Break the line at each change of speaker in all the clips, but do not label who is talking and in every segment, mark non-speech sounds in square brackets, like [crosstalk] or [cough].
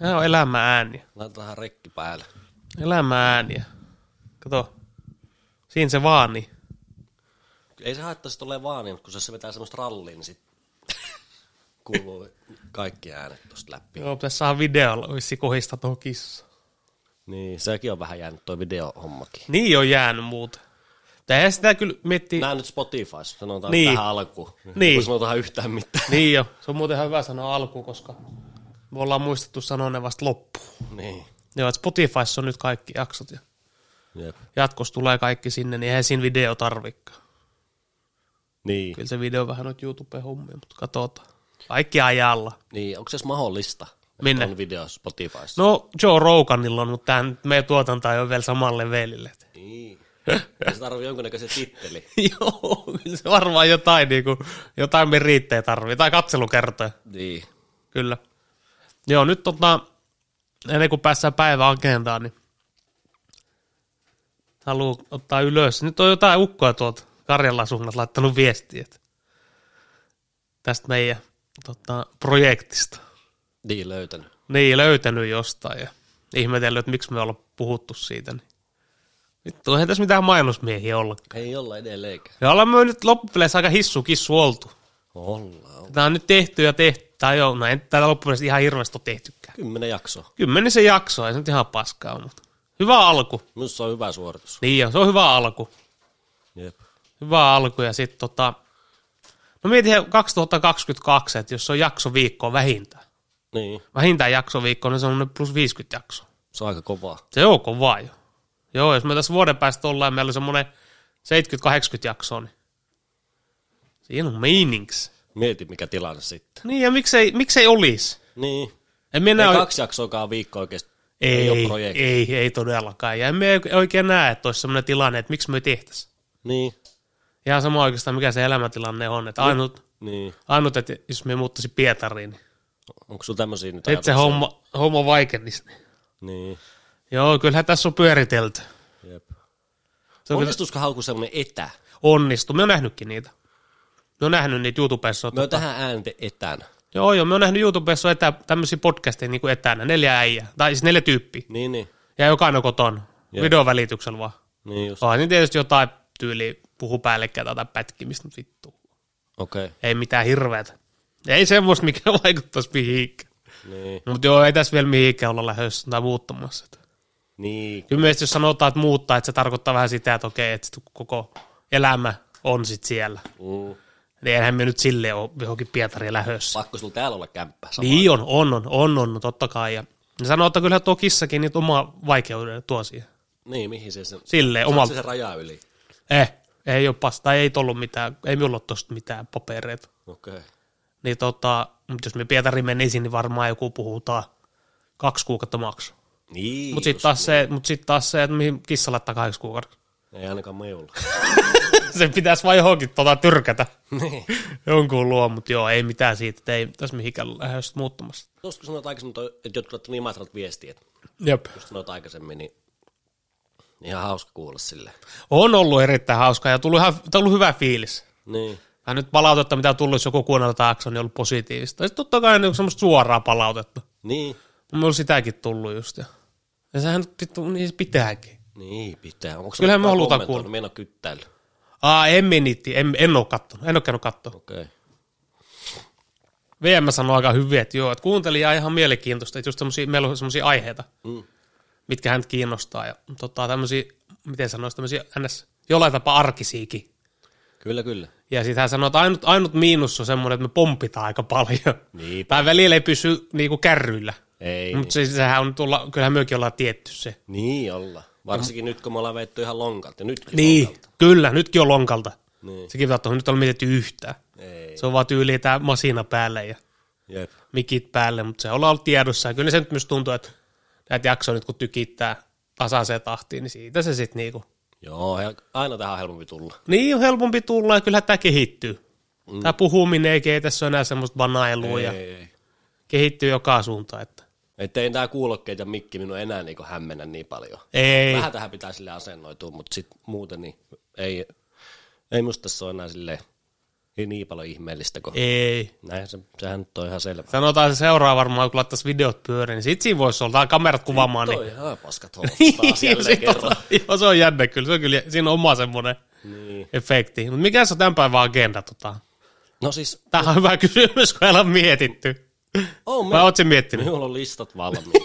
Nämä on elämä ääniä.
Laitetaan rekki päälle.
Elämä ääniä. Kato. Siinä se vaan niin.
Ei se haittaisi tolleen vaan, niin, kun se vetää semmoista ralliin, niin sit [laughs] kuuluu kaikki äänet tosta läpi.
Joo, pitäisi saada videolla vissi kohista tuohon kissa.
Niin, sekin on vähän jäänyt toi videohommakin.
Niin on jäänyt muuta. Tää sitä kyllä miettii.
Nää nyt Spotifys, sanotaan
Niin.
niin. tähän alkuun.
Niin.
Kun sanotaan yhtään mitään. [laughs]
Niin jo. Se on muuten ihan hyvä sanoa alkuun, koska me ollaan muistettu sanoa ne vasta loppuun.
niin.
Joo, että Spotifyssa on nyt kaikki jaksot ja
Jep.
jatkossa tulee kaikki sinne, niin eihän siinä video tarvikkaan.
Niin.
Kyllä se video vähän noita YouTube-hommia, mutta katsotaan. Kaikki ajalla.
Niin, onko se edes mahdollista? että
Minne?
On video Spotifyssa.
No Joe Roganilla on, mutta tämän meidän tuotanto ei ole vielä samalle levelille.
Niin. Ja se tarvii jonkunnäköisen titteli.
[laughs] Joo, kyllä se varmaan jotain, niin kuin, jotain meriittejä tarvii, tai katselukertoja,
Niin.
kyllä. Joo, nyt tota, ennen kuin päästään päiväagendaan, niin haluan ottaa ylös. Nyt on jotain ukkoa tuolta Karjalan suunnalta laittanut viestiä, että tästä meidän tota, projektista.
Niin, löytänyt.
Niin, löytänyt jostain ja ihmetellyt, että miksi me ollaan puhuttu siitä. Niin. Vittu, eihän tässä mitään mainosmiehiä olla.
Ei olla edelleenkään.
Ja ollaan me nyt loppupeleissä aika hissukissu oltu.
Ollaan.
Tämä on nyt tehty ja tehty. Tai joo, no ei täällä loppupeleissä ihan hirveästi ole tehtykään.
Kymmenen jaksoa.
Kymmenen se jakso, ei se nyt ihan paskaa ole, mutta hyvä alku.
Minusta se on hyvä suoritus.
Niin joo, se on hyvä alku.
Jep.
Hyvä alku ja sitten tota... No mietin 2022, että jos se on jakso viikkoa vähintään.
Niin.
Vähintään jakso viikkoa, niin se on plus 50 jaksoa.
Se on aika kovaa.
Se on kovaa jo. Joo, jos me tässä vuoden päästä ollaan, meillä on semmoinen 70-80 jaksoa, niin siinä on meanings.
Mieti, mikä tilanne sitten.
Niin, ja miksei, miksei olisi?
Niin.
En minä
Ei
oi-
kaksi jaksoakaan viikko oikeasti.
ei,
ole projekti.
ei, ei todellakaan. Ja en me oikein näe, että olisi semmoinen tilanne, että miksi me tehtäisiin.
Niin.
Ihan sama oikeastaan, mikä se elämäntilanne on. Että ainut,
Niin.
ainut, että jos me muuttaisi Pietariin, niin
Onko sulla tämmöisiä nyt
sitten se
ajatuksia?
homma, homma vaikenisi.
Niin.
Joo, kyllähän tässä on pyöritelty.
Jep.
Se on kyllä-
Onnistuisiko hauku semmoinen etä?
Onnistu. Me on nähnytkin niitä. Me on nähnyt niitä YouTubessa.
Me on tähän äänte etänä.
Joo, joo, me on nähnyt YouTubessa etä, tämmöisiä podcasteja niin kuin etänä, neljä äijää, tai siis neljä tyyppiä,
Niin, niin.
ja jokainen on koton,
Jep.
videon välityksellä vaan.
Niin just.
Onhan niin tietysti jotain tyyli puhu päällekkäin tai jotain pätkimistä, mutta vittu,
Okei. Okay.
ei mitään hirveätä. Ei semmoista, mikä [laughs] vaikuttaisi mihinkään.
Niin.
No, mutta joo, ei tässä vielä mihinkään olla lähdössä tai muuttamassa. Että.
Niin.
Kyllä mielestäni, jos sanotaan, että muuttaa, että se tarkoittaa vähän sitä, että okei, että sit koko elämä on sit siellä.
Mm.
Niin eihän me nyt sille ole johonkin Pietariin lähdössä.
Pakko sulla täällä olla kämppä. Sama.
Niin on, on, on, on, on, no totta kai. Ja ne sanoo, että kyllähän tuo kissakin niitä omaa vaikeuden tuo siihen.
Niin, mihin se se...
Silleen
Oma...
omalta.
se se raja yli?
Eh, ei ole pasta, ei tullut mitään, ei minulla ole tosta mitään papereita.
Okei. Okay.
Niin tota, mutta jos me Pietari menisin, niin varmaan joku puhutaan kaksi kuukautta maksu.
Niin.
Mutta sitten taas, se, mut sit taas se, että mihin kissa laittaa kahdeksi kuukaudeksi. [laughs]
Ei ainakaan meulla.
se pitäisi vain johonkin tota tyrkätä
[laughs] niin.
jonkun luo, mutta joo, ei mitään siitä, että ei tässä mihinkään lähes muuttumassa.
Tuossa kun sanoit aikaisemmin, toi- että jotkut laittoi niin matralta viestiä, että
Jep.
just sanoit aikaisemmin, niin ihan hauska kuulla sille.
On ollut erittäin hauskaa ja tullut, ihan, tullut hyvä fiilis.
Niin.
Vähän nyt palautetta, mitä on tullut, jos joku kuunnella taakse, niin on ollut positiivista. Ja sitten totta kai niin semmoista suoraa palautetta.
Niin.
Mulla on sitäkin tullut just. Ja, ja sehän vittu, niin se pitääkin.
Niin, pitää. Onko
Kyllähän me halutaan kuulla.
Meidän on kyttäily.
Aa, en menitti, en, en oo kattonut, en oo käynyt kattonut.
Okei. Okay.
VM sanoi aika hyvin, että joo, että kuuntelija on ihan mielenkiintoista, että just semmosia, meillä on semmoisia aiheita,
Mm.
mitkä hän kiinnostaa. Ja tota, tämmöisiä, miten sanoisi, tämmöisiä ns. jollain tapaa arkisiikin.
Kyllä, kyllä.
Ja sitten hän sanoi, että ainut, ainut miinus on semmoinen, että me pompitaan aika paljon.
Niin.
Tai välillä ei pysy niinku kärryillä.
Ei.
Mutta siis sehän on tulla, kyllähän myökin ollaan tietty se.
Niin olla. Varsinkin nyt, kun me ollaan vetty ihan lonkalta. Ja nytkin
Niin.
lonkalta.
kyllä, nytkin on lonkalta.
Niin.
Sekin pitää ottaa, nyt on mietitty yhtään.
Ei.
Se on vaan tyyli tää masina päälle ja
Jep.
mikit päälle, mutta se ollaan ollut tiedossa. Ja kyllä se nyt myös tuntuu, että näitä jaksoja nyt kun tykittää tasaiseen tahtiin, niin siitä se sitten niinku.
Joo, he- aina tähän on helpompi tulla.
Niin on helpompi tulla ja kyllähän tämä kehittyy. Mm. Tämä puhuminen ei tässä ole enää semmoista banailua ja
Ei, ei.
kehittyy joka suuntaan. Että.
Että ei nämä kuulokkeet ja mikki minun enää niin hämmennä niin paljon.
Ei,
Vähän tähän pitää sille asennoitua, mutta sitten muuten niin ei, ei musta tässä ole enää silleen Ei niin paljon ihmeellistä kuin...
Ei.
Näinhän se, sehän nyt on ihan selvä.
Sanotaan se seuraa varmaan, kun laittaisi videot pyöriin, niin sit siinä voisi olla, tai kamerat kuvaamaan,
Toi
niin
ihan
[laughs]
paskat hommat taas jälleen
Sit on-
kerran.
[laughs] Joo, se on jännä kyllä. Se on kyllä, siinä on oma semmoinen
Niin.
efekti. Mutta mikä se on tämän päivän agenda? Tota?
No siis,
Tämä on hyvä kysymys, kun ei ole mietitty.
on me...
Mä oot sen miettinyt.
Minulla on
[laughs]
listat valmiina.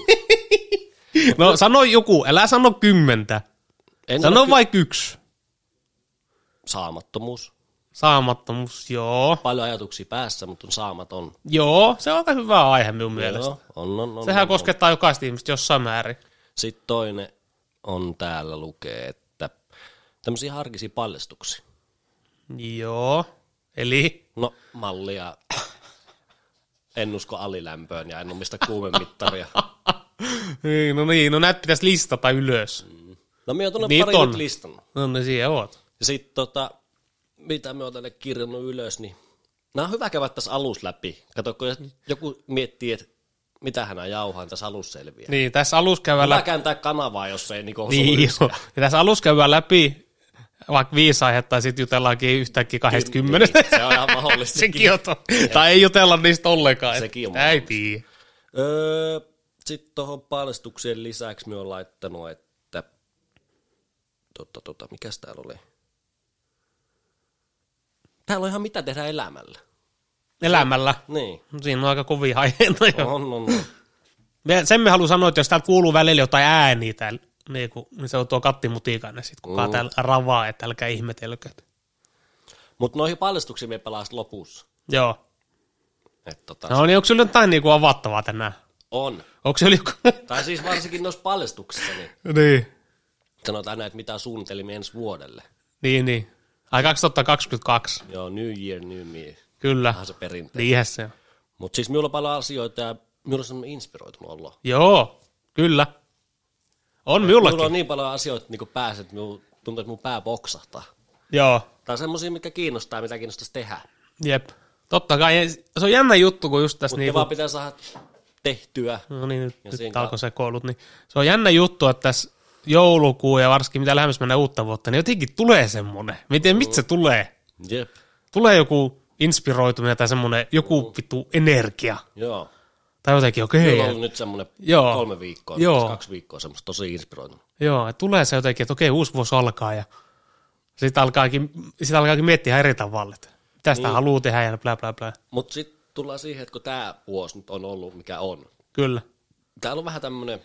No sano joku, älä sano kymmentä.
En
Sano
ole ky-
vaikka yksi.
Saamattomuus.
Saamattomuus, joo.
Paljon ajatuksia päässä, mutta on saamaton.
Joo, se on aika hyvä aihe minun mielestä.
Joo, on, on, on,
Sehän
on, on.
koskettaa jokaista ihmistä jossain määrin.
Sitten toinen on täällä lukee, että tämmöisiä harkisia paljastuksia.
Joo. Eli [laughs]
No, mallia. En usko alilämpöön ja en omista kuumemittaria.
niin, no niin, no näitä pitäisi listata ylös.
No, minä tuonne
Niitä
pari
on.
nyt listannut.
No niin, siellä oot.
Ja sitten tota, mitä me oon tänne kirjannut ylös, niin nämä on hyvä käydä tässä alus läpi. Kato, kun joku miettii, että mitä hän jauhaan tässä alus selviää.
Niin, tässä alussa käydään
Hyvä kääntää kanavaa, jos ei niinku osu
Niin,
yksikään.
joo. ja tässä alussa käydään läpi vaikka viisi aihetta ja sitten jutellaankin yhtäkkiä kahdesta kymmenestä.
Se on ihan
[laughs]
mahdollista.
Sekin on to- Tai ei jutella niistä ollenkaan.
Sekin on
Sitä Ei tiedä.
Öö, Sitten tuohon paljastuksien lisäksi me on laittanut, että tota, tota, mikäs täällä oli? Täällä on ihan mitä tehdä elämällä.
Elämällä.
Niin.
Siinä on aika kovia aiheita. jo.
On, on, on.
Me- Sen me haluan sanoa, että jos täältä kuuluu välillä jotain ääniä täällä, niin, kun, niin se on tuo Katti Mutikainen sitten, kuka mm. täällä ravaa, että älkää ihmetelkö.
Mutta noihin paljastuksiin me pelaa sit lopussa.
Joo.
Et tota, no.
No niin, onko sinulla jotain niinku avattavaa tänään?
On.
Onko sinulla joku...
Tai siis varsinkin noissa paljastuksissa, [laughs] niin
niin.
sanotaan näin, että mitä suunnitelmia ensi vuodelle.
Niin, niin. Ai 2022.
Joo, New Year, New Me,
Kyllä.
vähän se perinte.
Niinhän Ah, se on.
Mutta siis minulla on paljon asioita ja minulla on semmoinen inspiroitunut olo.
Joo, kyllä. On minullakin.
Mulla on niin paljon asioita niin päässä, että minun, tuntuu, että mun pää boksahtaa.
Joo,
Tai semmoisia, mikä kiinnostaa, mitä kiinnostaisi tehdä.
jep. Totta kai, ja se on jännä juttu, kun just tässä
Niin
niin
vaan pitää saada tehtyä.
No niin, nyt,
Ja
nyt
siinä-
alkoi sekoilut. Niin se on jännä juttu, että tässä joulukuu ja varsinkin mitä lähemmäs mennään uutta vuotta, niin jotenkin tulee semmoinen. Miten, mm. miten se tulee?
Jep.
Tulee joku inspiroituminen tai semmoinen joku vittu energia.
Joo.
Tai jotenkin, okei.
Minulla on
Okay,
ollut nyt semmoinen
Niin. Joo.
kolme viikkoa,
Joo.
Joo. kaksi viikkoa semmoista tosi inspiroitunut.
joo, että tulee se jotenkin, että okei, uusi vuosi alkaa ja sitten alkaakin, sit alkaakin miettiä ihan eri tavalla, että mitä
Niin.
sitä haluaa tehdä ja bla bla bla.
Mutta sitten tullaan siihen, että kun tämä vuosi nyt on ollut, mikä on.
Kyllä.
Täällä on vähän tämmöinen,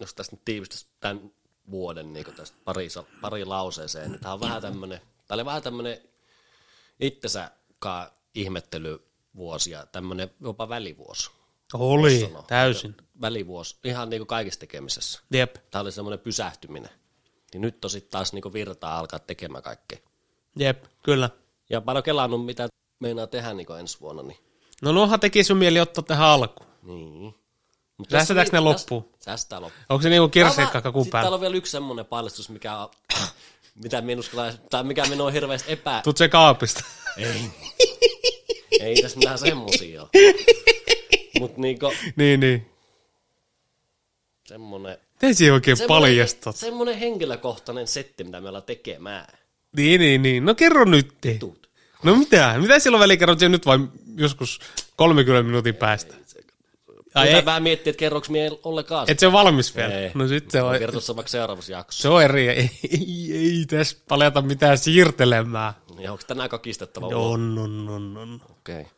jos tästä nyt tiivistäisi tämän vuoden niin tästä pari, sa- pari lauseeseen, niin tämä on vähän tämmöinen, täällä on vähän tämmöinen itsensä kaa ihmettelyvuosi ja tämmöinen jopa välivuosi.
Oli, täysin.
välivuosi, ihan niin kuin kaikessa tekemisessä.
Jep.
Tämä oli semmoinen pysähtyminen. Niin nyt on sitten taas niin kuin virtaa alkaa tekemään kaikkea.
Jep, kyllä.
Ja paljon kelannut, mitä meinaa tehdä niin kuin ensi vuonna. Niin.
No nuohan tekisi jo mieli ottaa tähän alkuun.
niin. Mut
Säästetäänkö ne
tässä-
loppuun?
Säästetään loppuun.
Onko se niinku kirsikka kakun
Sitten
päällä?
täällä on vielä yksi semmoinen paljastus, mikä on, mitä minä uskalla, tai mikä minä on hirveästi epä...
Tuut se kaapista. [laughs]
ei. ei tässä mitään semmosia ole. Mutta niinku,
niin, niin.
semmoinen...
Ei siihen oikein paljasta.
Semmoinen henkilökohtainen setti, mitä me ollaan tekemään.
Niin, niin, niin. No kerro nyt.
Tuut.
No mitä? Mitä silloin väliin kerrot Se nyt vai joskus 30 minuutin päästä? Ai
Ai
ei,
vähän miettiä, että kerroks mie ollenkaan.
et se on valmis vielä.
Ei.
No sit se on,
Mä kerron sen vaikka seuraavassa jaksossa.
se on eri. Ei, ei, ei tässä paljata mitään siirtelemään.
Ja onko tänään kakistettava?
On, on, on, on.
Okei. Okay.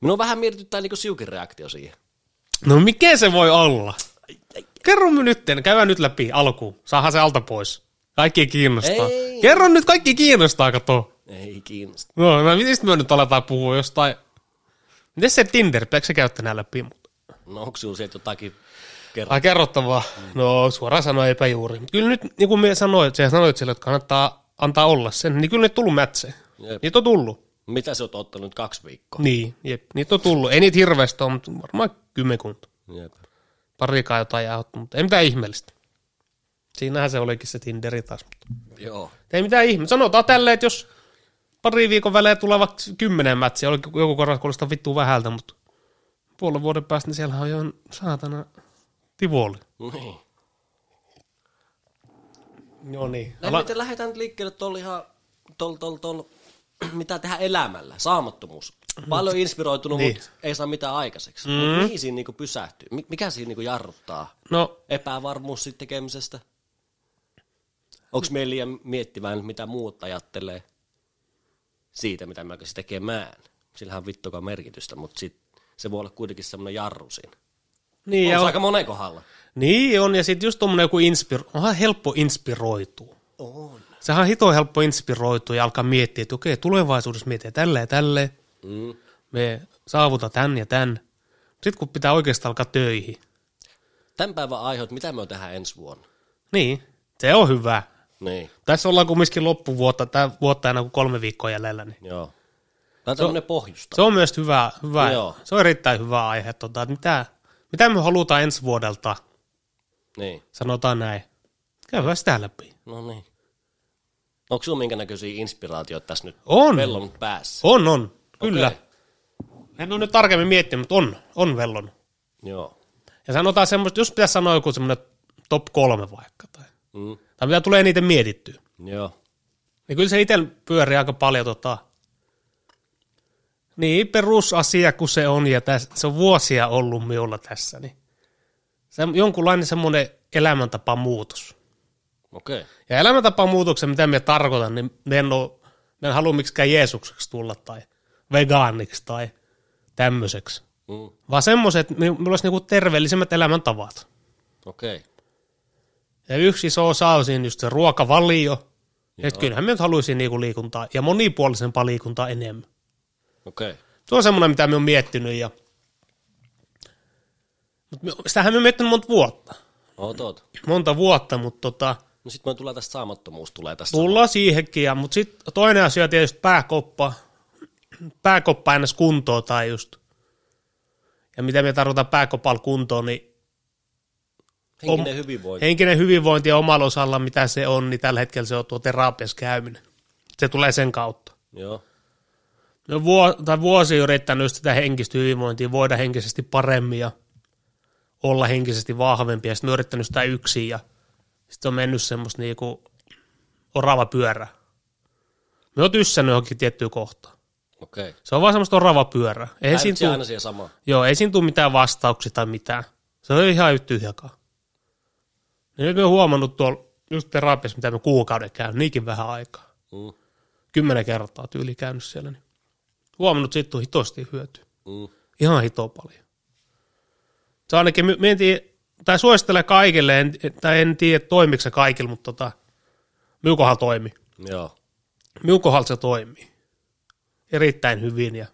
Minua vähän mietityttää niinku siukin reaktio siihen.
No mikä se voi olla? Kerro me nyt, käydään nyt läpi alkuun. Saahan se alta pois. Kaikki kiinnostaa.
Ei.
Kerro nyt, kaikki kiinnostaa, kato.
Ei kiinnosta.
No, no mistä me nyt aletaan puhua jostain? Miten se Tinder, pitääkö se käyttää nää läpi?
No onko sinulla sieltä jotakin kerran?
Ai kerrottavaa. No suoraan sanoen eipä juuri. Mut Kyllä nyt, niin kuin me sanoit, sä sanoit sille, että kannattaa antaa olla sen, niin kyllä nyt tullut mätse.
Jep.
Niitä on tullut.
Mitä sä oot ottanut nyt kaksi viikkoa?
Niin, jep. niitä on tullut. Ei niitä hirveästi ole, mutta varmaan kymmenkunta.
Jep.
Parikaan jotain jäänyt, mutta ei mitään ihmeellistä. Siinähän se olikin se Tinderi taas. Mutta
Joo.
ei mitään ihmeellistä. Sanotaan tälleen, että jos pari viikon välein tulevat kymmenen mätsiä, oli joku korra kuulostaa vittu vähältä, mutta puolen vuoden päästä, niin siellä on jo saatana tivoli.
Niin.
Joo niin. No
Ala... Miten lähdetään nyt liikkeelle tuolla ihan tuolla tol, tol, [clears throat] mitä tehdä elämällä, saamattomuus. Paljon inspiroitunut,
Mm. Niin. Mm-hmm.
niin. mutta ei saa mitään aikaiseksi. Mm. Mihin siinä niinku pysähtyy? Mi- Mikä siinä niinku jarruttaa?
No,
Epävarmuus siitä tekemisestä? Onko meillä liian miettivään, mitä muut ajattelee siitä, mitä mä alkaisin tekemään? Sillähän on vittukaan merkitystä, mutta sit se voi olla kuitenkin semmoinen jarru siinä.
niin,
on
ja
se
on,
aika monen kohdalla.
niin on, ja sitten just tuommoinen joku inspiro, onhan helppo inspiroitua.
On.
Sehän on hito helppo inspiroitua ja alkaa miettiä, että okei, tulevaisuudessa mietitään tälleen ja tälleen,
Mm.
me saavuta tän ja tän. Sitten kun pitää oikeastaan alkaa töihin,
Tämän päivän aiheut, mitä me tehdään ensi vuonna?
niin, se on hyvä.
Niin,
Tässä ollaan kumminkin loppuvuotta, tämä vuotta aina kuin kolme viikkoa jäljellä, niin
joo. Tämä on tämmöinen pohjusta.
se on myös hyvä, hyvä
Joo.
se on erittäin hyvä aihe, tota, että mitä, mitä me halutaan ensi vuodelta,
Niin.
sanotaan näin. Käydään sitä läpi.
No niin. Onko sinulla minkä näköisiä inspiraatioita tässä nyt
On,
pellon päässä?
on, on, kyllä.
Okei.
En ole nyt tarkemmin miettinyt, mutta on, on vellon.
Joo.
Ja sanotaan semmoista, jos pitäisi sanoa joku semmoinen top kolme vaikka, tai,
Mm.
tai mitä tulee eniten mietittyä,
Joo.
niin kyllä se itse pyörii aika paljon tota, niin perusasia kun se on, ja täs, se on vuosia ollut minulla tässä, niin se, jonkunlainen semmoinen elämäntapamuutos.
Okei.
Ja elämäntapamuutoksen, mitä me tarkoitan, niin me en, oo, me en halua miksikään Jeesukseksi tulla, tai vegaaniksi, tai tämmöiseksi.
Mm.
Vaan semmoiset, että mi- minulla olisi niinku terveellisemmät elämäntavat.
Okei.
Ja yksi iso osa on siinä just se ruokavalio. Et kyllähän me nyt haluaisin niinku liikuntaa ja monipuolisempaa liikuntaa enemmän.
Okei.
Tuo on semmoinen, mitä me on miettinyt. Ja... Mut me, sitähän me on miettinyt monta vuotta.
Oot, oot.
Monta vuotta, mutta tota,
No sit me tulee tästä saamattomuus tulee tästä.
tullaan siihenkin. Ja, mutta sitten toinen asia tietysti pääkoppa. Pääkoppa aina kuntoon tai just. Ja mitä me tarvitaan pääkopalla kuntoon, niin
Henkinen hyvinvointi.
henkinen hyvinvointi ja omalla osalla, mitä se on, niin tällä hetkellä se on tuo terapiassa käyminen. Se tulee sen kautta.
Joo.
No vuo, tai vuosi yrittänyt just sitä henkistä hyvinvointia, voida henkisesti paremmin ja olla henkisesti vahvempi. Ja sitten mä oon yrittänyt sitä yksin ja sitten on mennyt semmoista niinku orava pyörä. Me oon tyssännyt johonkin tiettyyn kohtaan.
Okei.
Se on vaan semmoista orava pyörä. Ei siinä,
Ei se
tuu,
aina siihen samaan.
joo, ei siinä tuu mitään vastauksia tai mitään. Se on ihan yhtä tyhjäkaan. Ja nyt me oon huomannut tuolla just terapiassa, mitä me kuukauden käyn, niinkin vähän aikaa
Mm.
kymmenen kertaa tyyli käynyt siellä, niin huomannut, että siitä on hitosti hyöty.
Mm.
Ihan hito paljon. Se ainakin, my- mä en tiedä, tai suosittelen kaikille, en, tai en tiedä toimiko se kaikille, mutta tota, minun kohdalla toimi.
Joo.
Minun kohdalla se toimii. Erittäin hyvin ja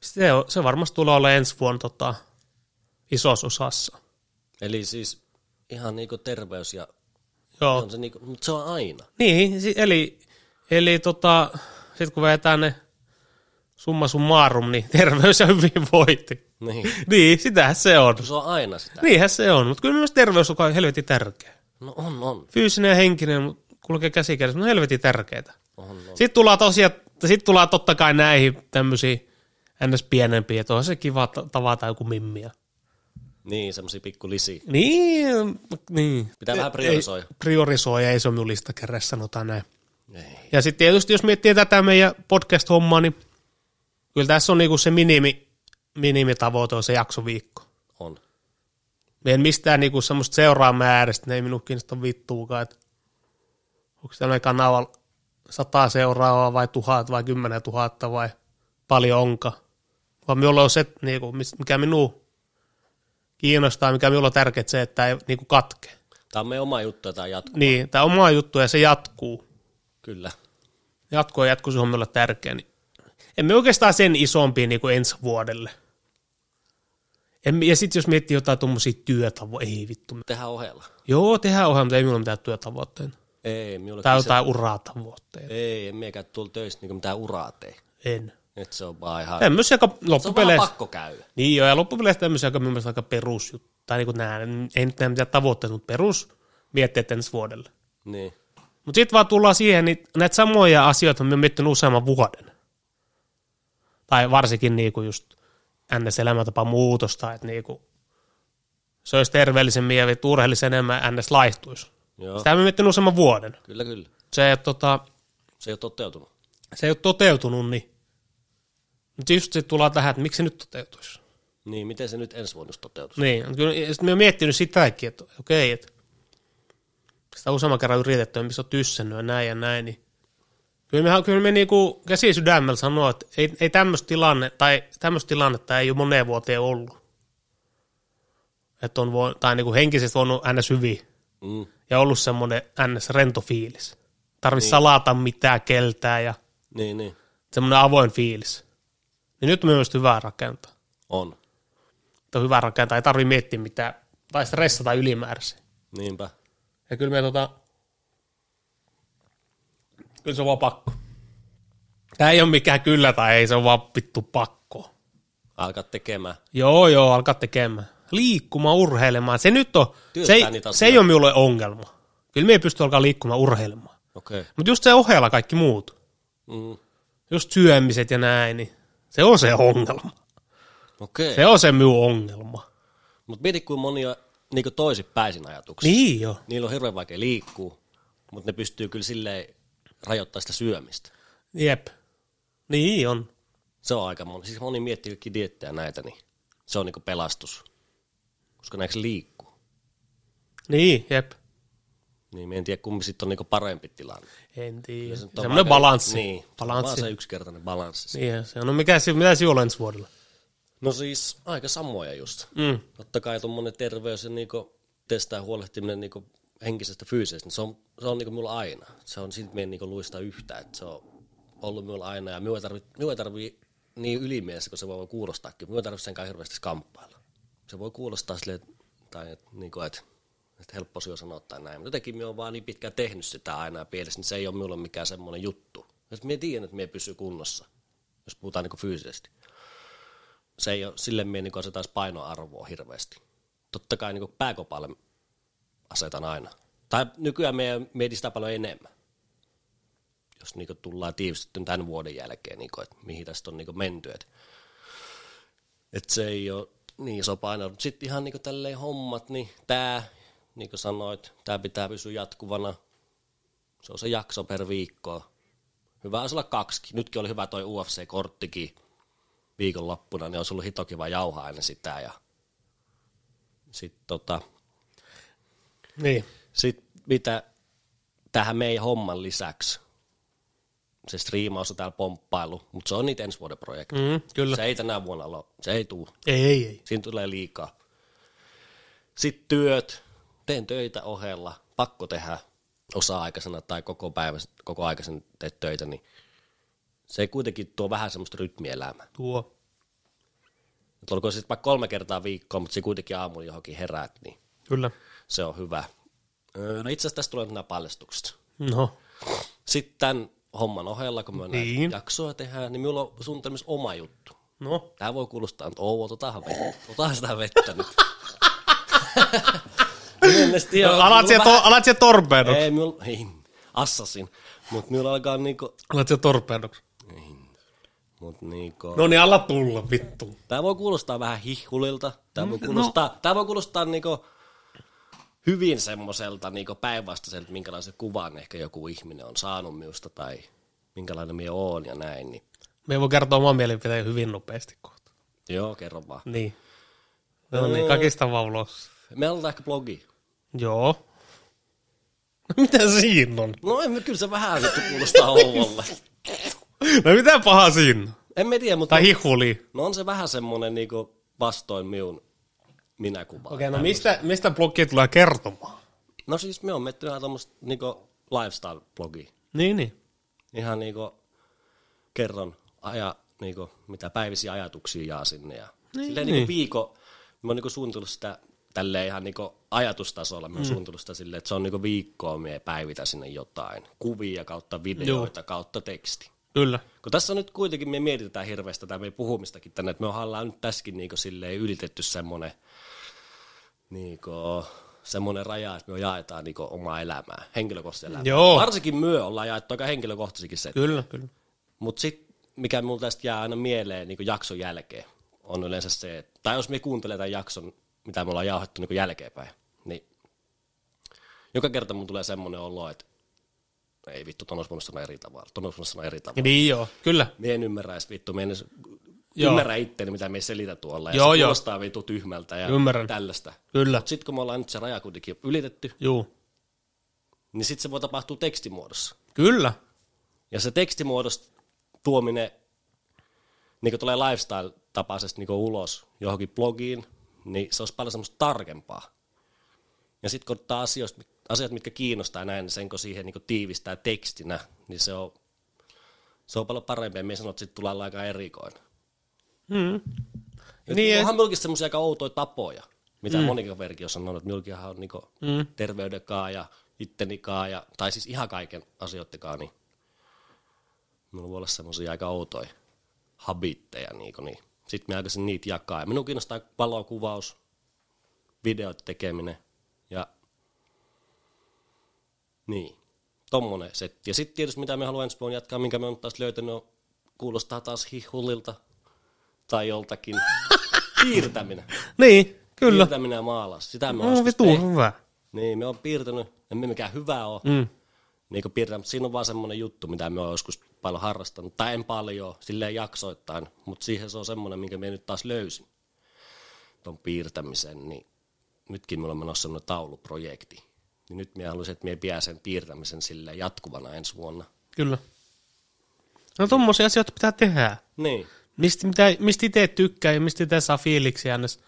se, on- se varmasti tulee olla ensi vuonna tota, isossa osassa.
Eli siis ihan niinku terveys ja
Joo.
on se niinku, mutta se on aina.
Niin, si- eli, eli tota, sitten kun vetää ne summa summarum, niin [laughs] terveys ja hyvinvointi.
Niin.
[laughs] Niin, sitähän se on.
Se on aina sitä.
Niinhän se on, mutta kyllä myös terveys on kai helvetin tärkeä.
No on, on.
Fyysinen ja henkinen mut kulkee käsi kädessä, mutta ne on helvetin tärkeää.
On, on.
Sitten tullaan, tosiaan, sit tullaan totta kai näihin tämmöisiin ns. pienempiin, että onhan se kiva ta- tavata joku mimmiä.
Niin, semmosia pikku lisiä.
Niin, niin.
Pitää vähän
Ei-
priorisoida.
ei- Priorisoida, ei se ole minun listakärjessä, sanotaan näin.
Ei.
Ja sitten tietysti, jos miettii tätä meidän podcast-hommaa, niin kyllä tässä on niinku se minimi, minimitavoite on se jaksoviikko.
On.
Me en mistään niinku semmoista seuraamäärästä, ne ei minun kiinnosta vittuukaan, että onko tämmöinen kanava sata seuraavaa vai tuhat vai kymmenen tuhatta vai paljon onka. Vaan minulla on se, niinku, mis- mikä minua kiinnostaa, mikä minulla on tärkeää, se, että ei niinku katke.
Tämä on meidän oma juttu ja tämä jatkuu.
Niin, tämä on oma juttu ja se jatkuu.
Kyllä.
Jatko ja jatko, se on minulle tärkeä. Niin. Emme oikeastaan sen isompi niin kuin ensi vuodelle. Emme, ja sitten jos miettii jotain tuommoisia työtavoja, ei vittu,
Tehdään ohella.
Joo, tehdään ohjelma, mutta ei minulla ole mitään työtavoitteita.
Ei, minulla
Tai
on
jotain uratavoitteita.
Ei, en miekään tuolla töissä niin mitään uraa tee.
En.
Nyt se on vaan ihan...
Tämmöisiä, joka
Se on vähän
loppupeleissä...
pakko käydä.
Niin joo, ja loppupeleissä tämmöisiä, joka on mielestäni aika perusjuttu. Tai niin kuin nämä, ei nyt nämä mitään tavoitteita, mutta perus mietteet ensi vuodelle.
Niin.
Mutta sitten vaan tullaan siihen, niin näitä samoja asioita me on miettinyt useamman vuoden. Tai varsinkin niinku just NS-elämäntapa muutosta, että niinku, se olisi terveellisemmin ja vittu urheilisi enemmän, NS laihtuisi.
Joo.
Sitä me on miettinyt useamman vuoden.
Kyllä, kyllä.
Se, tota,
Se ei ole toteutunut.
se ei ole toteutunut, niin mutta just sitten tullaan tähän, että miksi se nyt toteutuisi.
Niin, miten se nyt ensi vuonna toteutuu?
Niin, mut kyllä, sitten mä oon miettinyt sitäkin, että okei, että sitä on useamman kerran yritetty, missä on tyssännyt ja näin ja näin, niin kyllä me, kyllä me niinku käsi sydämellä sanoo, että ei, ei tämmöistä tilanne, tai tämmöistä tilannetta ei ole moneen vuoteen ollut. Että on voi, tai niinku henkisesti voinut ns. hyvin
Mm,
ja ollut semmoinen ns. rento fiilis. Tarvi niin. salata mitään keltää ja
niin, niin,
semmoinen avoin fiilis. Niin nyt on myös hyvää rakentaa.
on.
Että on hyvä rakentaa, ei tarvi miettiä mitään, tai stressata ylimääräisiä.
Niinpä.
Ja kyllä me tota, kyllä se on vaan pakko. Tämä ei ole mikään kyllä tai ei, se on vaan vittu pakko.
Alkaa tekemään.
Joo, joo, alkaa tekemään. Liikkumaan, urheilemaan. Se nyt on, se ei,
Työstää niitä
se ei ole minulle ongelma. Kyllä me ei pysty alkaa liikkumaan urheilemaan.
Okei. Okay.
Mutta just se ohella kaikki muut.
Mm,
Just syömiset ja näin, niin se on se ongelma.
okei. Okay.
Se on se minun ongelma.
Mutta mieti, kuin moni on niin toisinpäisin ajatuksia.
Niin jo.
Niillä on hirveän vaikea liikkua, mutta ne pystyy kyllä silleen rajoittamaan sitä syömistä.
Jep. Niin on.
Se on aika moni. Siis moni miettii kaikki diettejä näitä, niin se on niinku pelastus. Koska näissä liikkuu.
Niin, jep.
Niin me en tiedä, kumpi sitten on niinku parempi tilanne.
En tiedä.
Se nyt on
Semmoinen
aika-
balanssi.
Niin, balanssi.
balanssi.
vaan se yksinkertainen balanssi.
Niin, se on. No mikä, si- mitä sinulla on ensi vuodella?
No siis aika samoja just.
Mm.
Totta kai tuommoinen terveys ja niinku testaa huolehtiminen niinku henkisestä fyysisestä, niin se on, se on niinku mulla aina. Se on, siitä me en niinku luista yhtään, että se on ollut mulla aina. Ja minua ei tarvi, minua ei tarvi niin ylimielessä, kun se voi kuulostaakin. Minua ei tarvitse senkaan hirveästi kamppailla. Se voi kuulostaa silleen, että- tai että niinku, et, et helppo syö sanoa tai näin. Mutta jotenkin minä olen vaan niin pitkään tehnyt sitä aina ja pielessä, niin se ei ole minulle mikään semmoinen juttu. Jos minä tiedän, että minä pysyy kunnossa, jos puhutaan niinku fyysisesti se ei ole sille mie niin asetaisi painoarvoa hirveästi. Totta kai niin pääkopalle asetan aina. Tai nykyään me mietin sitä paljon enemmän. Jos niin tullaan tiivistetty tämän vuoden jälkeen, niin kuin, että mihin tästä on niin menty. Että et se ei ole niin iso paino. Sitten ihan niin tälleen hommat, niin tämä, niin kuin sanoit, tämä pitää pysyä jatkuvana. Se on se jakso per viikko. Hyvä olisi olla kaksikin. Nytkin oli hyvä toi UFC-korttikin viikonloppuna, niin olisi ollut hito kiva jauhaa ennen sitä. Ja sitten tota,
Niin.
sit mitä tähän meidän homman lisäksi, se striimaus on täällä pomppailu, mutta se on niitä ensi vuoden projekti.
Mm, kyllä.
Se ei tänä vuonna ole, se ei tule,
Ei, ei, ei.
siinä tulee liikaa. Sitten työt, teen töitä ohella, pakko tehdä osa-aikaisena tai koko päivä, koko aikaisen teet töitä, niin se kuitenkin tuo vähän semmoista rytmielämää.
Tuo.
Nyt olkoon sitten vaikka kolme kertaa viikkoa, mutta se kuitenkin aamulla johonkin heräät, niin
Kyllä.
se on hyvä. Öö, No itse asiassa tässä tulee nyt nämä paljastukset.
No.
Sitten tämän homman ohella, kun me niin.
Niin.
näitä jaksoja tehdään, niin minulla on sun tämmöis oma juttu.
No.
Tämä voi kuulostaa, että oo, otahan vettä, otahan sitä vettä
[laughs]
nyt. Minä en edes tiedä,
No, Alat
mulla
siellä, to, alat siellä torpedoksi.
Ei, minulla, [laughs] ei, assasin, mutta minulla alkaa niinku,
Alat siellä torpedoksi.
mut niinku,
No niin, ala tulla, vittu.
Tämä voi kuulostaa vähän hihkulilta. Tämä
Mm,
voi kuulostaa, no. tämä voi kuulostaa niinku hyvin semmoiselta niinku päinvastaiselta, minkälaisen kuvan ehkä joku ihminen on saanut minusta tai minkälainen minä oon ja näin. Niin.
Me voi kertoa oman mielipiteen hyvin nopeasti kohta.
Joo, kerro vaan.
Niin. No
Mm.
niin, kakista vaan ulos.
Me ollaan ehkä blogi.
Joo. [laughs] Mitä siinä on?
No en, kyllä se vähän nyt kuulostaa oudolle.
No mitä pahaa siinä on?
En mä tiedä, mutta
Tai hihuli.
no on se vähän semmoinen niinku vastoin minun minäkuvaa.
Okei, no mistä, mistä blogia tulee kertomaan?
No siis me on metty ihan tuommoista niinku lifestyle-blogia.
Niin, niin.
ihan niinku kerron aja, niinku, mitä päivisiä ajatuksia jaa sinne. Ja niin, silleen niin.
niin.
Niinku viikko, mä oon niinku suunnitellut sitä tälleen ihan niinku ajatustasolla, mä oon mm. suunnitellut sitä silleen, että se on niinku viikkoa, me päivitä sinne jotain. Kuvia kautta videoita Joo. kautta teksti.
Kyllä.
Kun tässä on nyt kuitenkin, me mietitään hirveästi tätä meidän puhumistakin tänne, että me ollaan nyt tässäkin niinku silleen ylitetty semmoinen niinku, semmoinen raja, että me jaetaan niinku omaa elämää, henkilökohtaista elämää.
Joo.
Varsinkin myö ollaan jaettu aika henkilökohtaisikin se,
Kyllä, kyllä.
mutta sitten, mikä mulla tästä jää aina mieleen niin jakson jälkeen, on yleensä se, että, tai jos me kuuntelee tämän jakson, mitä me ollaan jauhettu niinku niin jälkeenpäin, niin joka kerta mun tulee semmoinen olo, että ei vittu, ton olisi voinut sanoa eri tavalla, ton olisi voinut sanoa eri tavalla.
Niin joo, kyllä.
Mie en ymmärrä edes vittu, mie en edes
Joo.
ymmärrä itteeni, mitä me selitä tuolla, ja
Joo,
se
joo.
kuulostaa vittu tyhmältä ja
Ymmärrän.
tällaista.
Kyllä,
Mutta sitten kun me ollaan nyt se raja kuitenkin ylitetty,
juu.
niin sitten se voi tapahtua tekstimuodossa.
Kyllä,
Ja se tekstimuodosta tuominen niin tulee lifestyle-tapaisesti niin ulos johonkin blogiin, niin se olisi paljon semmoista tarkempaa. Ja sitten kun ottaa asioista, asiat, mitkä kiinnostaa näin, niin sen kun siihen niin tiivistää tekstinä, niin se on, se on paljon parempi. Ja me sanot, että sitten tullaan aika erikoinen. Mm.
Niin,
Niin, onhan minullakin semmoisia aika outoja tapoja, mitä mm. Monika Verki on sanonut, että minullakinhan on niin mm. terveydenkaan ja ittenikaan, ja, tai siis ihan kaiken asioittekaan, niin Mulla voi olla semmoisia aika outoja habitteja. Niin niin. Sitten mä alkaisin niitä jakaa. Ja minun kiinnostaa valokuvaus, videot tekeminen ja niin, tommonen setti. Ja sitten tietysti mitä me haluan ensi vuonna jatkaa, minkä me on taas löytänyt, on, kuulostaa taas hihulilta tai joltakin.
[laughs]
Piirtäminen.
niin, kyllä.
Piirtäminen ja maalaus. Sitä me
No
on
vitu hyvä.
niin, me on piirtänyt, emme mikään hyvää ole, mm. niin kuin piirtänyt, mutta siinä on vaan semmoinen juttu, mitä me on joskus paljon harrastanut, tai en paljon, silleen jaksoittain, mutta siihen se on semmoinen, minkä me nyt taas löysin, ton piirtämisen, niin nytkin mulla on menossa semmoinen tauluprojekti, niin nyt minä haluaisin, että minä pidän sen piirtämisen sille jatkuvana ensi vuonna.
Kyllä. No tommosia asioita pitää tehdä.
Niin,
Mistä, mitä, mistä itse tykkää ja mistä itse saa fiiliksiä, jos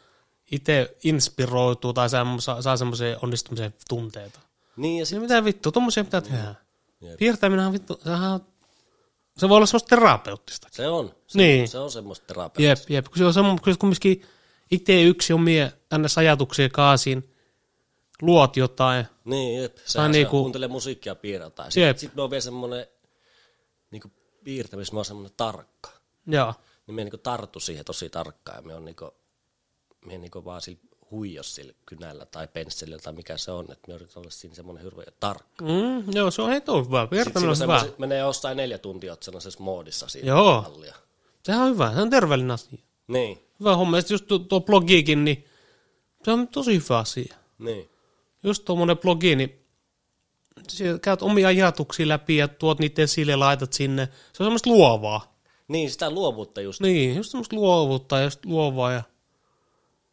itse inspiroituu tai saa, saa, saa semmoisia onnistumisen tunteita.
niin ja sit,
Niin mitä vittu, tommosia pitää tehdä.
Jep.
Piirtäminen on vittu, sehän on, se voi olla semmoista terapeuttista.
se on, se,
Niin.
se on semmoista terapiaa.
Jep, jep. Kun se on semmo, kun se kumminkin itse yksi omia ns. ajatuksia kaasiin, luot jotain.
Niin, jep. Sehän se
niinku-
on, kuuntelee musiikkia piirretään.
Jep.
Sitten sit me on vielä semmoinen niin piirtämis, mä oon semmoinen tarkka.
Joo,
Niin me niin tarttu siihen tosi tarkkaan ja me on niin kuin, me niin vaan sillä huijos sillä kynällä tai pensselillä tai mikä se on, että me yritetään olla siinä semmoinen hirveä tarkka.
mm, joo se on heti hyvä.
Sitten
Piirtäminen
siinä
on
on
hyvä.
semmoiset- menee jossain neljä tuntia oot sellaisessa moodissa siinä
Joo.
mallia.
Sehän on hyvä, se on terveellinen asia.
Niin,
Hyvä homma. Ja sit just tuo, tuo blogiikin, niin se on tosi hyvä asia.
niin,
Just tuommoinen blogi, niin siellä käyt omia ajatuksia läpi ja tuot niitä esille ja laitat sinne. Se on semmoista luovaa.
niin sitä luovuutta just.
Niin, just semmoista luovuutta ja just luovaa. Ja...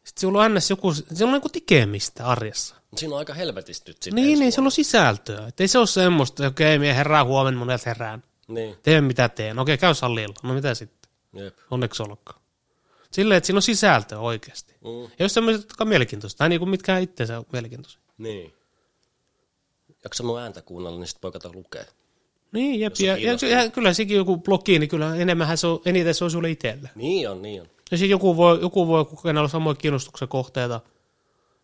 Sitten sulla on ns. joku, siellä on niinku tekemistä arjessa.
Siinä on aika helvetisti nyt sitten.
Niin,
ensi
niin, siellä on sisältöä. Et ei se ole semmoista, että okei, minä herään huomenna, mun herään.
vuonna. Niin,
Teen mitä teen. Okei, käy salilla. No mitä sitten?
jep.
Onneksi olkoon. Silleen, että siinä on sisältöä oikeasti.
Mm,
Ja jos tämmöiset, jotka on mielenkiintoisia, tai niinku mitkä itseensä on mielenkiintoisia.
niin. Jaksa mun ääntä kuunnella, niin sit voi kato lukea.
Niin, jep,
on
ja, ja,
kiinnostunut.
ja, kyllä sekin joku blogi, niin kyllä enemmänhän se on, eniten se on sulle itselle.
Niin on, niin on.
Ja sitten joku voi, joku voi kokeilla olla samoja kiinnostuksen kohteita,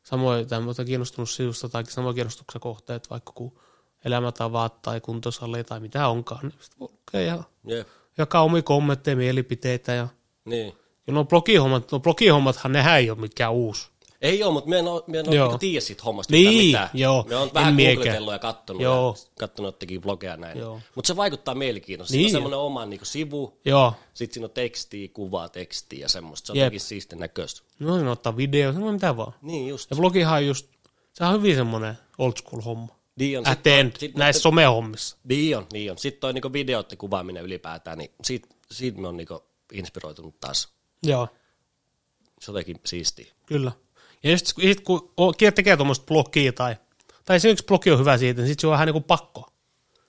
samoja tämmöistä kiinnostunut sivusta tai samoja kiinnostuksen kohteet, vaikka kun elämäntavat tai kuntosali tai mitä onkaan, niin sit voi lukea ja
Jep.
jakaa omia kommentteja, mielipiteitä ja,
Niin.
ja no blogihommat, no blogihommathan nehän ei ole mikään uusi.
Ei ole, mutta me en ole, me en ole
Joo.
niinku tiedä siitä hommasta
Niin,
yhtään mitään.
joo,
Me on
en
vähän
miekään.
googletellut ja kattonut, joo.
Joo.
ja kattonut jotakin blogeja näin.
Joo.
Mutta se vaikuttaa mielenkiinnosta. Niin.
Niin.
Siinä on semmoinen oma niinku, sivu,
Joo,
sitten siinä on tekstiä, kuvaa, tekstiä ja semmoista. Se on
Jep.
jotenkin siisten näköistä.
no niin ottaa video, semmoinen mitä vaan.
Niin just.
Ja blogihan on just, sehän on hyvin semmoinen old school homma.
Niin on,
At the end,
sit-
näissä somehommissa.
niin on, niin on. Sitten toi niinku, videoiden kuvaaminen ylipäätään, niin siitä, siitä me on niinku, inspiroitunut taas.
Joo.
Se on jotenkin siistiä.
Kyllä. Ja just, sit, kun o- ke- tekee tuommoista blogia tai, tai se yksi blogi on hyvä siitä, niin sitten se on vähän niin kuin pakko.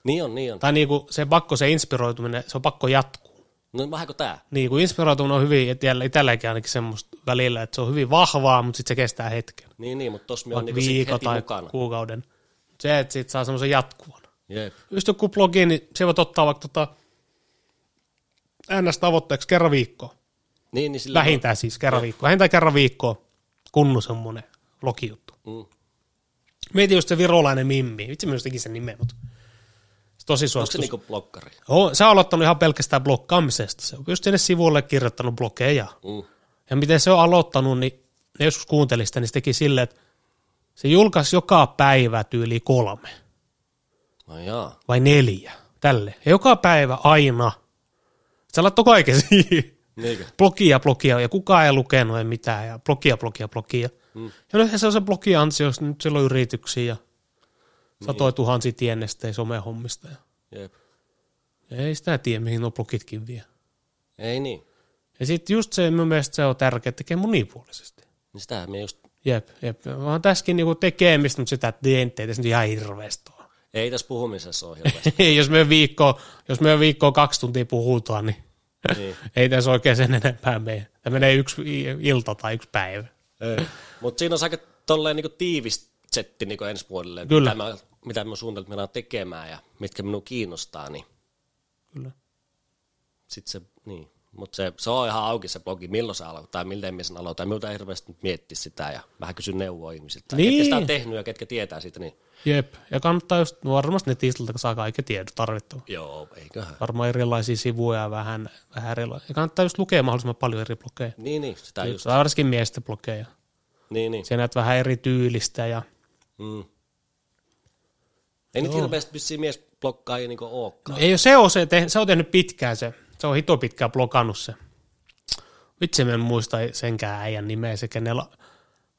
Niin on, niin on.
Tai niin kuin se pakko, se inspiroituminen, se on pakko jatkuu.
No vähän kuin tää.
Niin kuin inspiroituminen on hyvin, että itselläkin ainakin semmoista välillä, että se on hyvin vahvaa, mutta sitten se kestää hetken.
Niin, niin, mutta tossa me on
Vaikka
niinku, sit
viikon
heti
tai
mukana.
kuukauden. Se, että siitä saa semmoisen jatkuvan.
Jep.
Just joku blogi, niin se voit ottaa vaikka tota, NS-tavoitteeksi kerran viikkoa.
Niin, niin sillä
Vähintään siis kerran viikkoa. Vähintään kerran viikkoa kunnu semmoinen blogijuttu.
Mm.
Mietin just se virolainen mimmi. Vitsi myös tekin sen nimen, mutta se tosi
Onko se
suositus.
niinku blokkari?
Joo, sä oot aloittanut ihan pelkästään blokkaamisesta. Se on just sinne sivuille kirjoittanut blogeja.
Mm.
Ja miten se on aloittanut, niin ne joskus kuuntelin sitä, niin se teki silleen, että se julkaisi joka päivä tyyli kolme
No jaa.
vai neljä. Tälle. Ja joka päivä aina. Sä laittoi kaiken siihen.
Niinkö?
[laughs] blogia, blogia, ja kukaan ei lukenut ei mitään, ja blogia, blogia, blogia. Mm. Ja nythän se on se blogi ansiosta, nyt siellä on yrityksiä, ja satoi tuhansia tiennestejä somehommista. Ja
Jep.
Ei sitä tiedä, mihin nuo plugitkin vie.
Ei niin.
Ja sitten just se, mun mielestä se on tärkeää, että tekee monipuolisesti.
Niin sitähän me just...
Jep, jep. Vaan tässäkin niinku tekemistä, mutta sitä tienteitä nyt ihan hirveästi on.
Ei tässä puhumisessa
[laughs]
ole hirveästi.
Niin, jos me viikko, jos me viikkoa kaksi tuntia puhutaan, niin
niin.
[laughs] ei tässä oikein sen enempää mene. Tämä menee yksi i- ilta tai yksi päivä.
Mutta siinä on aika tolleen niinku tiivis setti niinku ensi vuodelle. että
Kyllä.
Mitä mä, mitä mä suunnitelmilla tekemään ja mitkä minua kiinnostaa, niin
Kyllä.
sit se, niin. Mutta se, se on ihan auki se blogi, milloin se aloittaa, tai miten minä sen aloitan. Minulta ei hirveästi nyt miettiä sitä ja vähän kysyn neuvoa ihmisiltä.
Niin.
Ketkä sitä on tehnyt ja ketkä tietää siitä, niin
Jep, ja kannattaa just no varmasti netistiltä saa kaikki tiedot tarvittava.
joo, eiköhän.
Varmaan erilaisia sivuja ja vähän, vähän erilaisia. Ja kannattaa just lukea mahdollisimman paljon eri blogeja.
Niin, niin, sitä just.
Just. Varsinkin miesten blogeja.
Niin, niin.
Siellä näet vähän eri tyylistä ja
Mm. Ei nyt hirveästi vissiin mies blokkaa ei niinku olekaan.
No ei, se on, se, te, se on tehnyt pitkään se. Se on hito pitkään blokannut se. Vitsi, mä en muista senkään äijän nimeä. Se, kenellä